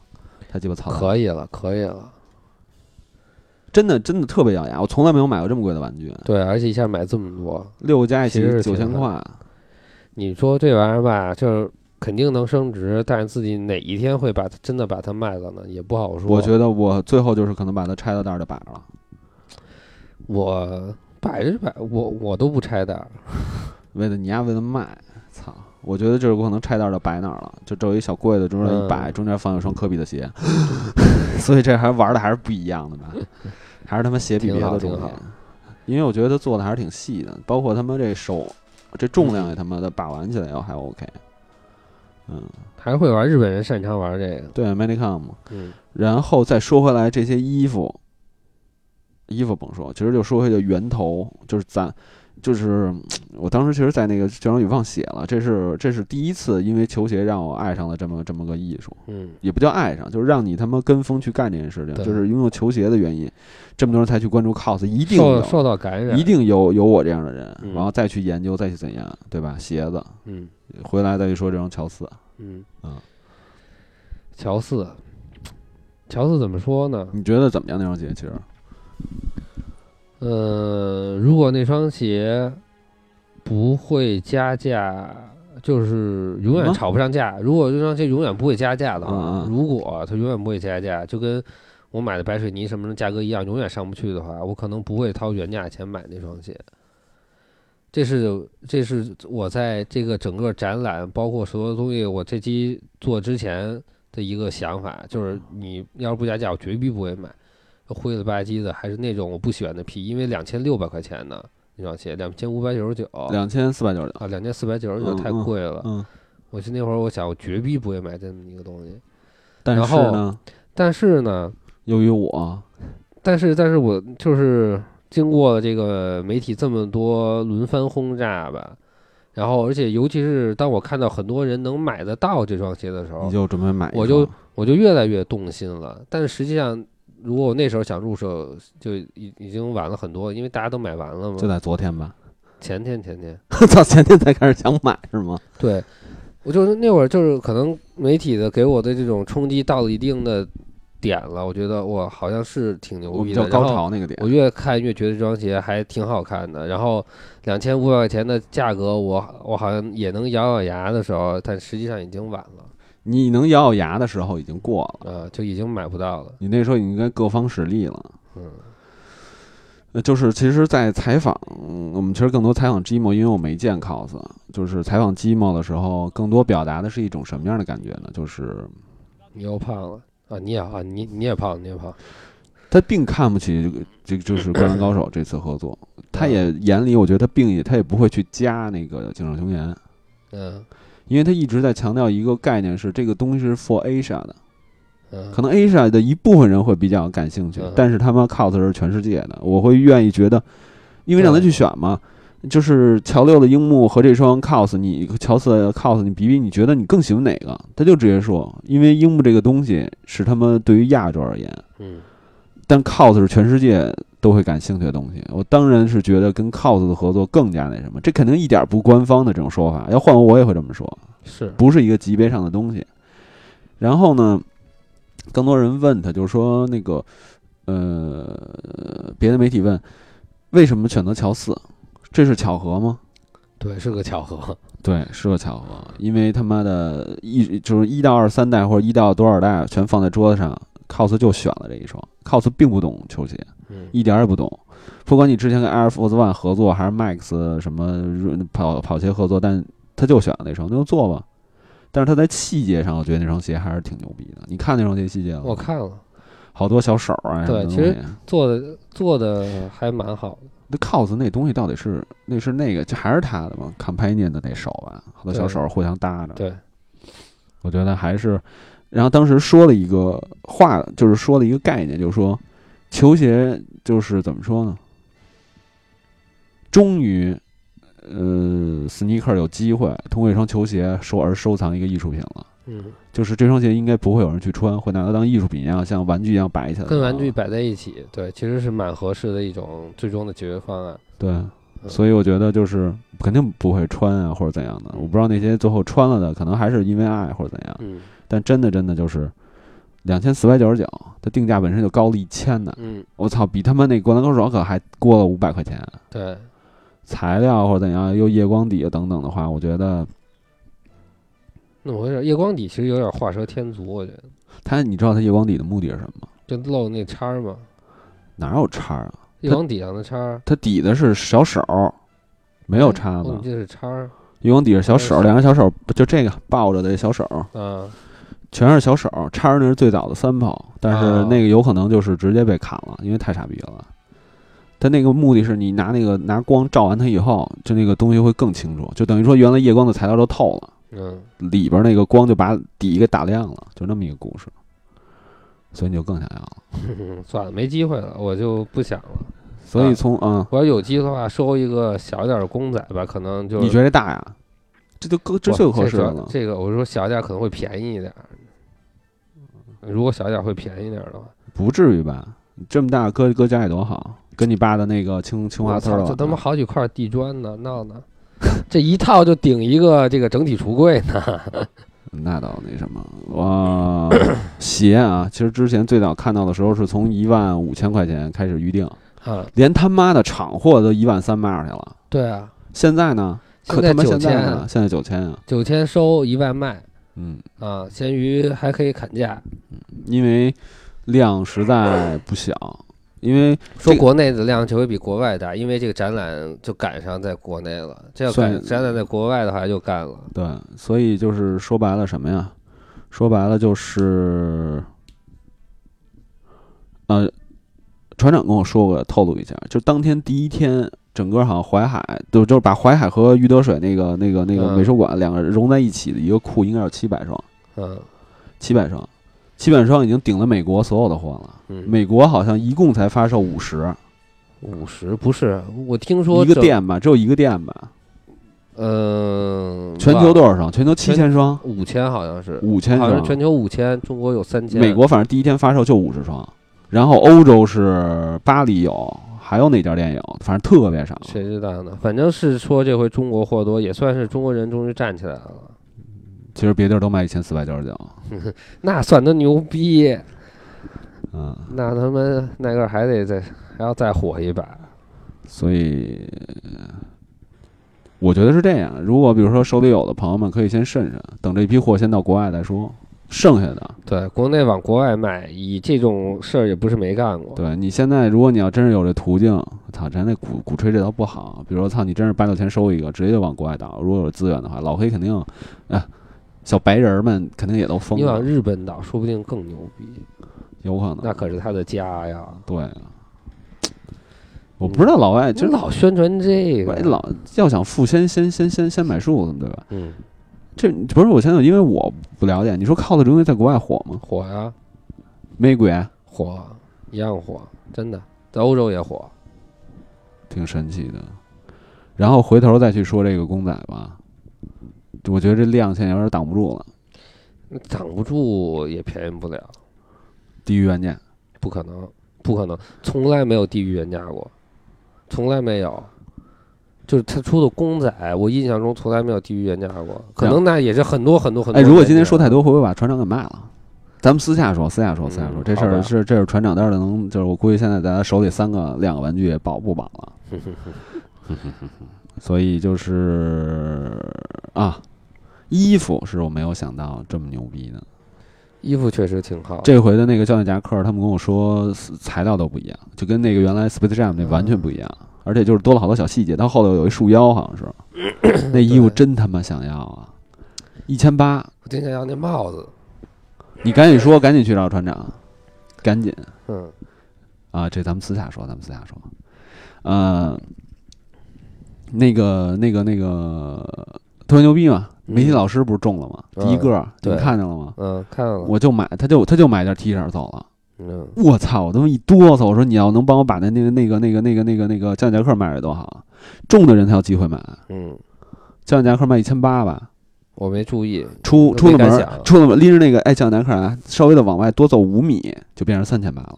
Speaker 1: 太鸡巴操蛋了。
Speaker 2: 可以了，可以了。
Speaker 1: 真的真的特别咬牙，我从来没有买过这么贵的玩具，
Speaker 2: 对，而且一下买这么多，
Speaker 1: 六个加一起
Speaker 2: 其实是
Speaker 1: 九
Speaker 2: 挺
Speaker 1: 千
Speaker 2: 狠
Speaker 1: 块，
Speaker 2: 你说这玩意儿吧，就是肯定能升值，但是自己哪一天会把它真的把它卖了呢，也不好说。
Speaker 1: 我觉得我最后就是可能把它拆到袋儿就摆了。
Speaker 2: 我百分之百，我我都不拆袋儿。
Speaker 1: 为了你丫为了卖，操！我觉得这是可能拆袋儿就摆哪儿了，就只有一小柜子，中间一摆，
Speaker 2: 嗯
Speaker 1: 中间放一双科比的鞋， 所以这还玩的还是不一样的 吧？还是他妈写比别的
Speaker 2: 挺
Speaker 1: 东
Speaker 2: 好
Speaker 1: 西
Speaker 2: 挺好，
Speaker 1: 因为我觉得他做的还是挺细的，包括他妈这手这重
Speaker 2: 嗯
Speaker 1: 量也他妈的把玩起来要还 OK。嗯，
Speaker 2: 还会玩日本人擅长玩这个，
Speaker 1: 对，Medicom 嘛。
Speaker 2: 嗯
Speaker 1: 然后再说回来，这些衣服，衣服甭说，其实就说回这源头，就是咱，就是嗯我当时其实，在那个《教场语》忘写了，这是这是第一次，因为球鞋让我爱上了这么这么个艺术，
Speaker 2: 嗯，
Speaker 1: 也不叫爱上，就是让你他妈跟风去干这件事情，
Speaker 2: 对
Speaker 1: 就是因为球鞋的原因，这么多人才去关注 cos，一定
Speaker 2: 受
Speaker 1: 有
Speaker 2: 受到感染，
Speaker 1: 一，定有有我这样的人，
Speaker 2: 嗯
Speaker 1: 然后再去研究，再去怎样，对吧？鞋子
Speaker 2: 嗯
Speaker 1: 回来再去说这种乔四，
Speaker 2: 嗯
Speaker 1: 嗯
Speaker 2: 乔四，乔四怎么说呢？
Speaker 1: 你觉得怎么样？那双鞋其实，
Speaker 2: 呃，如果那双鞋不会加价，就是永
Speaker 1: 什
Speaker 2: 远
Speaker 1: 么
Speaker 2: 吵不上架。如果这双鞋永远不会加价的
Speaker 1: 嗯
Speaker 2: 话，
Speaker 1: 嗯
Speaker 2: 如果它永远不会加价，就跟我买的白水泥什么的价格一样，永远上不去的话，我可能不会掏原价钱买那双鞋。这是这是我在这个整个展览，包括所有东西，我这期做之前的一个想法，就是
Speaker 1: 嗯
Speaker 2: 你要是不加价，我绝逼不会买。灰了吧唧的，还是那种我不喜欢的皮，因为两千六百块钱呢，那双鞋两千五百九十九啊，
Speaker 1: 两千四百九十九，
Speaker 2: 两千四百九十九
Speaker 1: 嗯
Speaker 2: 太贵了。
Speaker 1: 嗯，
Speaker 2: 我就那会儿我想，我绝逼不会买这么一个东西。
Speaker 1: 但
Speaker 2: 然
Speaker 1: 是
Speaker 2: 后
Speaker 1: 呢，
Speaker 2: 但是呢，
Speaker 1: 由于我
Speaker 2: 但是但是我就是经过了这个媒体这么多轮番轰炸吧，然后而且尤其是当我看到很多人能买得到这双鞋的时候
Speaker 1: 你，就准备买一双，
Speaker 2: 我就我就越来越动心了。但是实际上，如果我那时候想入手，就已已经晚了很多，因为大家都买完了嘛
Speaker 1: 就。在昨天吧，
Speaker 2: 前天前天，
Speaker 1: 到前天才开始想买是吗？
Speaker 2: 对我就是那会儿就是可能媒体的给我的这种冲击到了一定的点了，我觉得我好像是挺牛
Speaker 1: 我
Speaker 2: 逼
Speaker 1: 比
Speaker 2: 的，
Speaker 1: 较高
Speaker 2: 然后
Speaker 1: 潮那个点
Speaker 2: 我，越看越觉得这双鞋还挺好看的，然后两千五百块钱的价格我，我好像也能咬咬牙的时候，但实际上已经晚了，
Speaker 1: 你能咬咬牙的时候已经过了，
Speaker 2: 啊，就已经买不到了。
Speaker 1: 你那时候已经应该各方实力了。
Speaker 2: 嗯
Speaker 1: 呃，就是其实，在采访，嗯我们其实更多采访 Gmo，因为我没见 cos，就是采访 Gmo 的时候，更多表达的是一种什么样的感觉呢？就是
Speaker 2: 你又胖了啊！你也啊，你你也胖，你也胖。
Speaker 1: 他并看不起这个，这个就是《灌篮高手》这次合作，他也眼里，我觉得他并也他也不会去加那个井上雄彦，
Speaker 2: 嗯
Speaker 1: 因为他一直在强调一个概念是这个东西是 for Asia 的，
Speaker 2: 嗯，
Speaker 1: 可能 Asia 的一部分人会比较感兴趣
Speaker 2: 嗯，
Speaker 1: 但是他们 cos 是全世界的，我会愿意觉得，因为让他去选嘛，就是乔六的樱木和这双 cos，你乔四的 cos 你比比，你觉得你更喜欢哪个？他就直接说，因为樱木这个东西是他们对于亚洲而言，
Speaker 2: 嗯
Speaker 1: 但 cos 是全世界都会感兴趣的东西，我当然是觉得跟 cos 的合作更加那什么，这肯定一点不官方的这种说法，要换我我也会这么说，
Speaker 2: 是
Speaker 1: 不是一个级别上的东西。然后呢，更多人问他，就是说那个，呃，别的媒体问，为什么选择乔四？这是巧合吗？
Speaker 2: 对，是个巧合。
Speaker 1: 对，是个巧合，因为他妈的一就是一到二三代或者一到多少代全放在桌子上，cos 就选了这一双，cos 并不懂球鞋，
Speaker 2: 嗯
Speaker 1: 一点儿也不懂。不管你之前跟 Air Force One 合作，还是 Max 什么跑跑鞋合作，但他就选了那双，那就做吧。但是他在细节上，我觉得那双鞋还是挺牛逼的。你看那双鞋细节了
Speaker 2: 我
Speaker 1: 吗，
Speaker 2: 看了，
Speaker 1: 好多小手啊，什
Speaker 2: 对
Speaker 1: 么
Speaker 2: 其
Speaker 1: 东
Speaker 2: 实
Speaker 1: 西
Speaker 2: 做的做的还蛮好的。
Speaker 1: 那 cos 那东西到底是那是那个，这还是他的吗？Companion 的那手吧，好多小
Speaker 2: 对
Speaker 1: 手互相搭着。
Speaker 2: 对，
Speaker 1: 我觉得还是，然后当时说了一个话，就是说了一个概念，就是说，球鞋就是怎么说呢？终于，呃，sneaker 有机会通过一双球鞋收而收藏一个艺术品了。
Speaker 2: 嗯，
Speaker 1: 就是这双鞋应该不会有人去穿，会拿它当艺术品一样，像玩具一样摆起来。
Speaker 2: 跟玩具摆在一起，对，其实是蛮合适的一种最终的解决方案。
Speaker 1: 对，所以我觉得就是肯定不会穿啊，或者怎样的。我不知道那些最后穿了的，可能还是因为爱或者怎样。
Speaker 2: 嗯
Speaker 1: 但真的真的就是两千四百九十九，它定价本身就高了一千呢。
Speaker 2: 嗯，
Speaker 1: 我操，比他们那《灌篮高手》可还多了五百块钱。
Speaker 2: 对，
Speaker 1: 材料或者怎样，又夜光底啊等等的话，我觉得
Speaker 2: 那么回事。夜光底其实有点画蛇添足，我觉得，
Speaker 1: 它，你知道它夜光底的目的是什么吗？
Speaker 2: 就露那叉儿嘛，
Speaker 1: 哪有叉啊？
Speaker 2: 夜光底上的叉儿，
Speaker 1: 它底的是小手，没有叉
Speaker 2: 哦，
Speaker 1: 子
Speaker 2: 你。这是叉儿
Speaker 1: 夜光底是小手，
Speaker 2: 哎
Speaker 1: 两个小手就这个抱着的这小手，
Speaker 2: 啊，
Speaker 1: 全是小手，叉儿那是最早的三炮，但是
Speaker 2: 哦
Speaker 1: 那个有可能就是直接被砍了，因为太傻逼了。他那个目的是你拿那个拿光照完它以后，就那个东西会更清楚，就等于说原来夜光的材料都透了，
Speaker 2: 嗯，
Speaker 1: 里边那个光就把底给打亮了，就那么一个故事，所以你就更想要了。
Speaker 2: 算了，没机会了，我就不想了。
Speaker 1: 所以
Speaker 2: 啊
Speaker 1: 从啊、
Speaker 2: 我要有机会的话，收一个小一点的公仔吧，可能就
Speaker 1: 你觉得这大呀？这就够这
Speaker 2: 哇
Speaker 1: 就合适
Speaker 2: 这个
Speaker 1: 了。
Speaker 2: 这个我说小一点可能会便宜一点儿，如果小一点会便宜一点儿的话，
Speaker 1: 不至于吧？你这么大搁搁家里多好，跟你爸的那个青青花
Speaker 2: 我
Speaker 1: 瓷儿嗯
Speaker 2: 操，
Speaker 1: 碗
Speaker 2: 这他妈好几块地砖呢，闹呢， 这一套就顶一个这个整体橱柜呢。
Speaker 1: 那倒那什么，哇， 鞋啊，其实之前最早看到的时候是从一万五千块钱开始预定，
Speaker 2: 啊，
Speaker 1: 连他妈的厂货都一万三卖出去了。
Speaker 2: 对啊，
Speaker 1: 现在呢？可
Speaker 2: 现在
Speaker 1: 他妈现在
Speaker 2: 9000
Speaker 1: 呢？
Speaker 2: 啊
Speaker 1: 现在九千啊，
Speaker 2: 九千收一万卖
Speaker 1: 嗯，
Speaker 2: 啊，闲鱼还可以砍价。
Speaker 1: 因为量实在不小，因为
Speaker 2: 说
Speaker 1: 这个
Speaker 2: 国内的量就会比国外大，因为这个展览就赶上在国内了。这要
Speaker 1: 算
Speaker 2: 赶展览在国外的话就干了。
Speaker 1: 对，所以就是说白了什么呀？说白了就是，呃，船长跟我说过，透露一下，就当天第一天，整个好像淮海，就就是把淮海和于德水那个那个那个
Speaker 2: 嗯
Speaker 1: 美术馆两个人融在一起的一个库，应该有七百双，
Speaker 2: 嗯
Speaker 1: 七百双，七百双已经顶了美国所有的货了。
Speaker 2: 嗯，
Speaker 1: 美国好像一共才发售五十，
Speaker 2: 五十不是，我听说
Speaker 1: 一个
Speaker 2: 整，
Speaker 1: 店吧，只有一个店吧。
Speaker 2: 嗯、
Speaker 1: 全球多少双？全球七千双，
Speaker 2: 五千好像是，
Speaker 1: 五千
Speaker 2: 好像
Speaker 1: 双
Speaker 2: 是。全球五千，中国有三千，
Speaker 1: 美国反正第一天发售就五十双，然后欧洲是巴黎有，还有哪家店有，反正特别少。
Speaker 2: 谁知道呢？反正是说这回中国货多，也算是中国人终于站起来了，
Speaker 1: 其实别地儿都卖一千四百九十九，
Speaker 2: 那算他牛逼，
Speaker 1: 嗯，
Speaker 2: 那他妈耐克还得再还要再火一把，
Speaker 1: 所以呃我觉得是这样。如果比如说手里有的朋友们，可以先慎慎，等这批货先到国外再说。剩下的，
Speaker 2: 对，国内往国外卖，以这种事儿也不是没干过，
Speaker 1: 对你现在如果你要真是有这途径，操，咱那鼓鼓吹这倒不好。比如说，操，你真是八九千收一个，直接就往国外倒。如果有资源的话，老黑肯定，哎，小白人儿们肯定也都疯
Speaker 2: 你往
Speaker 1: 了，嗯
Speaker 2: 日本倒，说不定更牛逼，
Speaker 1: 有可能。
Speaker 2: 那可是他的家呀，
Speaker 1: 对啊，我不知道老外
Speaker 2: 就
Speaker 1: 就是
Speaker 2: 老宣传嗯这个，
Speaker 1: 老要想富，先先先先先买树，对吧？
Speaker 2: 嗯
Speaker 1: 这不是我现在因为我不了解，你说靠的容易在国外火吗？
Speaker 2: 火呀
Speaker 1: 美鬼
Speaker 2: 火一样火，真的在欧洲也火，
Speaker 1: 挺神奇的，然后回头再去说这个公仔吧，我觉得这量现在有点挡不住了，
Speaker 2: 挡不住也便宜不了。
Speaker 1: 低于原价。
Speaker 2: 不可能，不可能，从来没有低于原价过，从来没有。就是他出的公仔，我印象中从来没有低于原价过，可能那也是很多很多很
Speaker 1: 哎，
Speaker 2: 多啊年前了。
Speaker 1: 如果今天说太多，会不会把船长给卖了？咱们私下说，私下说，私下说，
Speaker 2: 嗯
Speaker 1: 这事
Speaker 2: 好
Speaker 1: 儿
Speaker 2: 吧
Speaker 1: 是这是船长，但是能就是我估计现在大家手里三个两个玩具也保不保了。 所以就是啊，衣服是我没有想到这么牛逼的。
Speaker 2: 衣服确实挺好，
Speaker 1: 这回的那个教练夹克，他们跟我说材料都不一样，就跟那个原来 Space Jam 那完全不一样，
Speaker 2: 嗯
Speaker 1: 而且就是多了好多小细节。它后头有一束腰，好像 是，那衣服真他妈想要啊！一千八，
Speaker 2: 我今天要那帽子，
Speaker 1: 你赶紧说，赶紧去找船长，赶紧
Speaker 2: 嗯，
Speaker 1: 啊！这咱们私下说，咱们私下说。呃，那个、那个、那个，特别牛逼嘛！
Speaker 2: 嗯
Speaker 1: 梅西老师不是中了吗？
Speaker 2: 嗯
Speaker 1: 第一个儿，你
Speaker 2: 对
Speaker 1: 们看见了吗？
Speaker 2: 嗯，看到了，
Speaker 1: 我就买，他就他就买件 T 恤走了。
Speaker 2: 嗯，
Speaker 1: 我操！我他妈一哆嗦，我说你要能帮我把那那个那个那个那个那个那个降价克卖了多好，啊中的人才有机会买。
Speaker 2: 嗯，
Speaker 1: 降价克卖一千八吧，
Speaker 2: 我没注意，
Speaker 1: 出
Speaker 2: 都
Speaker 1: 出了
Speaker 2: 没
Speaker 1: 门儿，
Speaker 2: 敢想
Speaker 1: 出了门儿拎着那个哎降南克啊，稍微的往外多走五米就变成三千八了，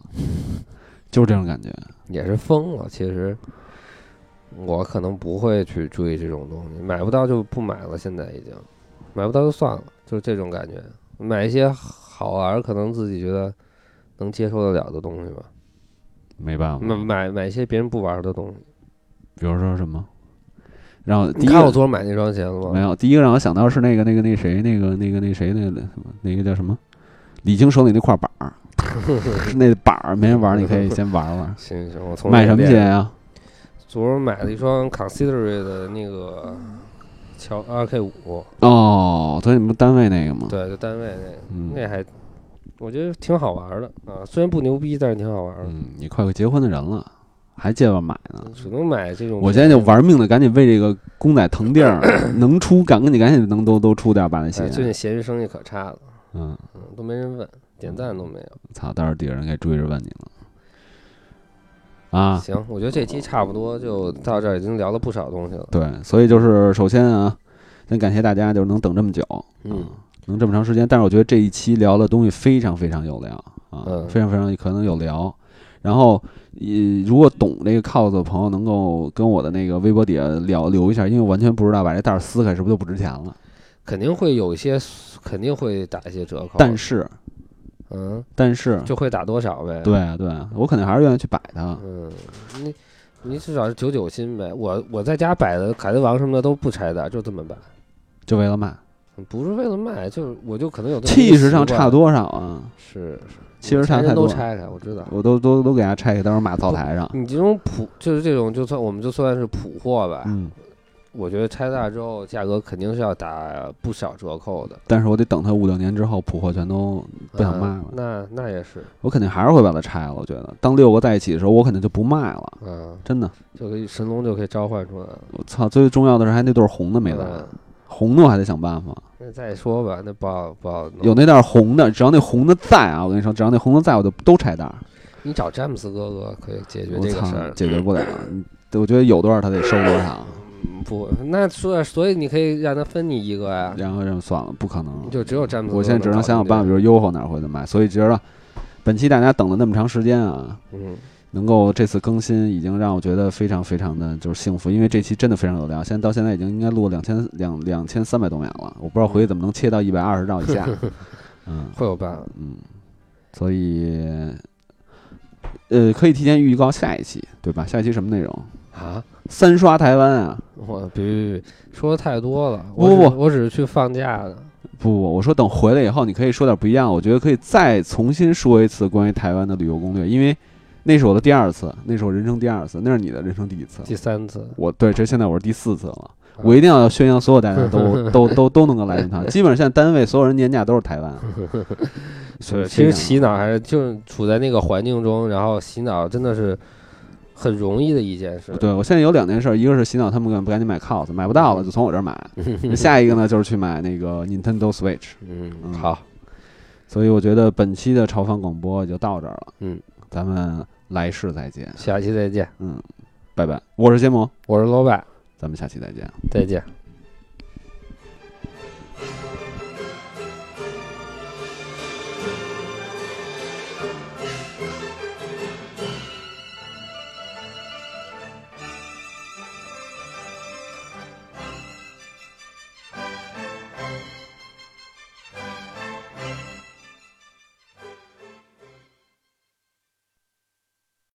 Speaker 1: 就是这种感觉。
Speaker 2: 也是疯了。其实我可能不会去注意这种东西，买不到就不买了。现在已经买不到就算了，就是这种感觉。买一些好玩儿，可能自己觉得能接受得了的东西吧。
Speaker 1: 没办法，
Speaker 2: 买买买一些别人不玩儿的东西。
Speaker 1: 比如说什么，然后第
Speaker 2: 你
Speaker 1: 一
Speaker 2: 看我
Speaker 1: 个
Speaker 2: 昨儿买那双鞋了吗？。
Speaker 1: 没有，第一个让我想到是那个那个那谁那个那个那谁那个那个叫什么，李菁手里那块板儿，是那板儿没人玩儿，你可以先玩玩
Speaker 2: 行行，我从
Speaker 1: 买什么鞋？呀、啊
Speaker 2: 昨儿买了一双 Considerate 的那个乔 RK 五，
Speaker 1: 哦，在你们单位那个吗？
Speaker 2: 对，就单位那个，
Speaker 1: 嗯
Speaker 2: 那还我觉得挺好玩儿的啊，虽然不牛逼，但是挺好玩儿的。
Speaker 1: 嗯，你快快结婚的人了，还借着买呢。
Speaker 2: 只能买这种，
Speaker 1: 我现在就玩命的赶紧为这个公仔腾地 儿，能出赶紧赶紧能都都出点儿把那
Speaker 2: 哎。
Speaker 1: 鞋，
Speaker 2: 最近闲鱼生意可差了，
Speaker 1: 嗯，
Speaker 2: 嗯，都没人问，点赞都没有。
Speaker 1: 操，到时候底下人该追着问你了啊。
Speaker 2: 行，我觉得这期差不多就到这儿，已经聊了不少东西了。
Speaker 1: 对，所以就是首先啊，先感谢大家，就是能等这么久，
Speaker 2: 嗯
Speaker 1: 啊，能这么长时间。但是我觉得这一期聊的东西非常非常有料啊，
Speaker 2: 嗯
Speaker 1: 非常非常可能有聊。然后，呃，如果懂这个 cos 的朋友，能够跟我的那个微博底下聊留一下，因为我完全不知道把这袋儿撕开是不是就不值钱了。
Speaker 2: 哦肯定会有一些，肯定会打一些折扣，
Speaker 1: 但是，
Speaker 2: 嗯，
Speaker 1: 但是，
Speaker 2: 就会打多少呗。
Speaker 1: 对啊对啊，我肯定还是愿意去摆它。
Speaker 2: 嗯，你你至少是九九新呗。我我在家摆的凯德王什么的都不拆的，就这么摆，
Speaker 1: 就为了卖，
Speaker 2: 不是为了卖，就是我就可能有这么一个
Speaker 1: 气势上
Speaker 2: 习
Speaker 1: 差
Speaker 2: 惯
Speaker 1: 多少啊？
Speaker 2: 是是
Speaker 1: 气势差
Speaker 2: 拆人
Speaker 1: 太
Speaker 2: 都
Speaker 1: 多，
Speaker 2: 拆开，我知道。
Speaker 1: 我都都都给它拆开，到时候码灶台上。
Speaker 2: 你这种普就是这种，就算我们就算是普货吧，
Speaker 1: 嗯，
Speaker 2: 我觉得拆大之后价格肯定是要打不少折扣的。
Speaker 1: 但是我得等它五六年之后，普货全都不想卖了
Speaker 2: 嗯那那也是，
Speaker 1: 我肯定还是会把它拆了。我觉得，当六个在一起的时候，我肯定就不卖了。
Speaker 2: 嗯，
Speaker 1: 真的，
Speaker 2: 就可以神龙就可以召唤出来了，
Speaker 1: 我操！最重要的是还那对红的没来，
Speaker 2: 嗯
Speaker 1: 红的我还得想办法。
Speaker 2: 那再说吧，那不好不好弄。
Speaker 1: 有那袋红的，只要那红的在啊，我跟你说，只要那红的在，我就都拆袋儿。
Speaker 2: 你找詹姆斯哥哥可以解决
Speaker 1: 我
Speaker 2: 这个
Speaker 1: 操
Speaker 2: 事儿，。
Speaker 1: 解决不了。嗯我觉得有多少他得收多少，
Speaker 2: 嗯不，那说所以你可以让他分你一个呀、
Speaker 1: 然后这么算了，不可能。
Speaker 2: 就只有詹姆斯。
Speaker 1: 我现在只能想想办法，比。如优厚哪儿会能卖。所以觉得本期大家等了那么长时间啊，
Speaker 2: 嗯，
Speaker 1: 能够这次更新，已经让我觉得非常非常的就是幸福，因为这期真的非常有料。现在到现在已经应该录了两千两两千三百多秒了，我不知道回去怎么能切到一百二十兆以下。嗯
Speaker 2: 会有办法。
Speaker 1: 嗯，所以呃，可以提前预告下一期，对吧？下一期什么内容？
Speaker 2: 啊！
Speaker 1: 三刷台湾啊！
Speaker 2: 我别别别，说的太多了。
Speaker 1: 不不不
Speaker 2: 我只我只是去放假的。
Speaker 1: 不不，我说等回来以后，你可以说点不一样。我觉得可以再重新说一次关于台湾的旅游攻略，因为那是我的第二次，那是我人生第二次，那是你的人生第一次。
Speaker 2: 第三次，
Speaker 1: 我对，这现在我是第四次了，
Speaker 2: 啊
Speaker 1: 我一定要宣扬所有大家 都都都都能够来这趟。基本上现在单位所有人年假都是台湾，啊
Speaker 2: 是
Speaker 1: 非
Speaker 2: 其实
Speaker 1: 常
Speaker 2: 洗脑还是就是处在那个环境中，然后洗脑真的是很容易的一件事。
Speaker 1: 对我现在有两件事，一个是洗脑他们赶赶紧买 cos，买不到了就从我这 儿买；下一个呢就是去买那个 Nintendo Switch。
Speaker 2: 嗯，
Speaker 1: 嗯
Speaker 2: 好，
Speaker 1: 所以我觉得本期的朝方广播也就到这儿了，
Speaker 2: 嗯，
Speaker 1: 咱们来世再见，
Speaker 2: 下期再见，
Speaker 1: 嗯，拜拜，我是杰姆，
Speaker 2: 我是老板，
Speaker 1: 咱们下期再见。
Speaker 2: 再见。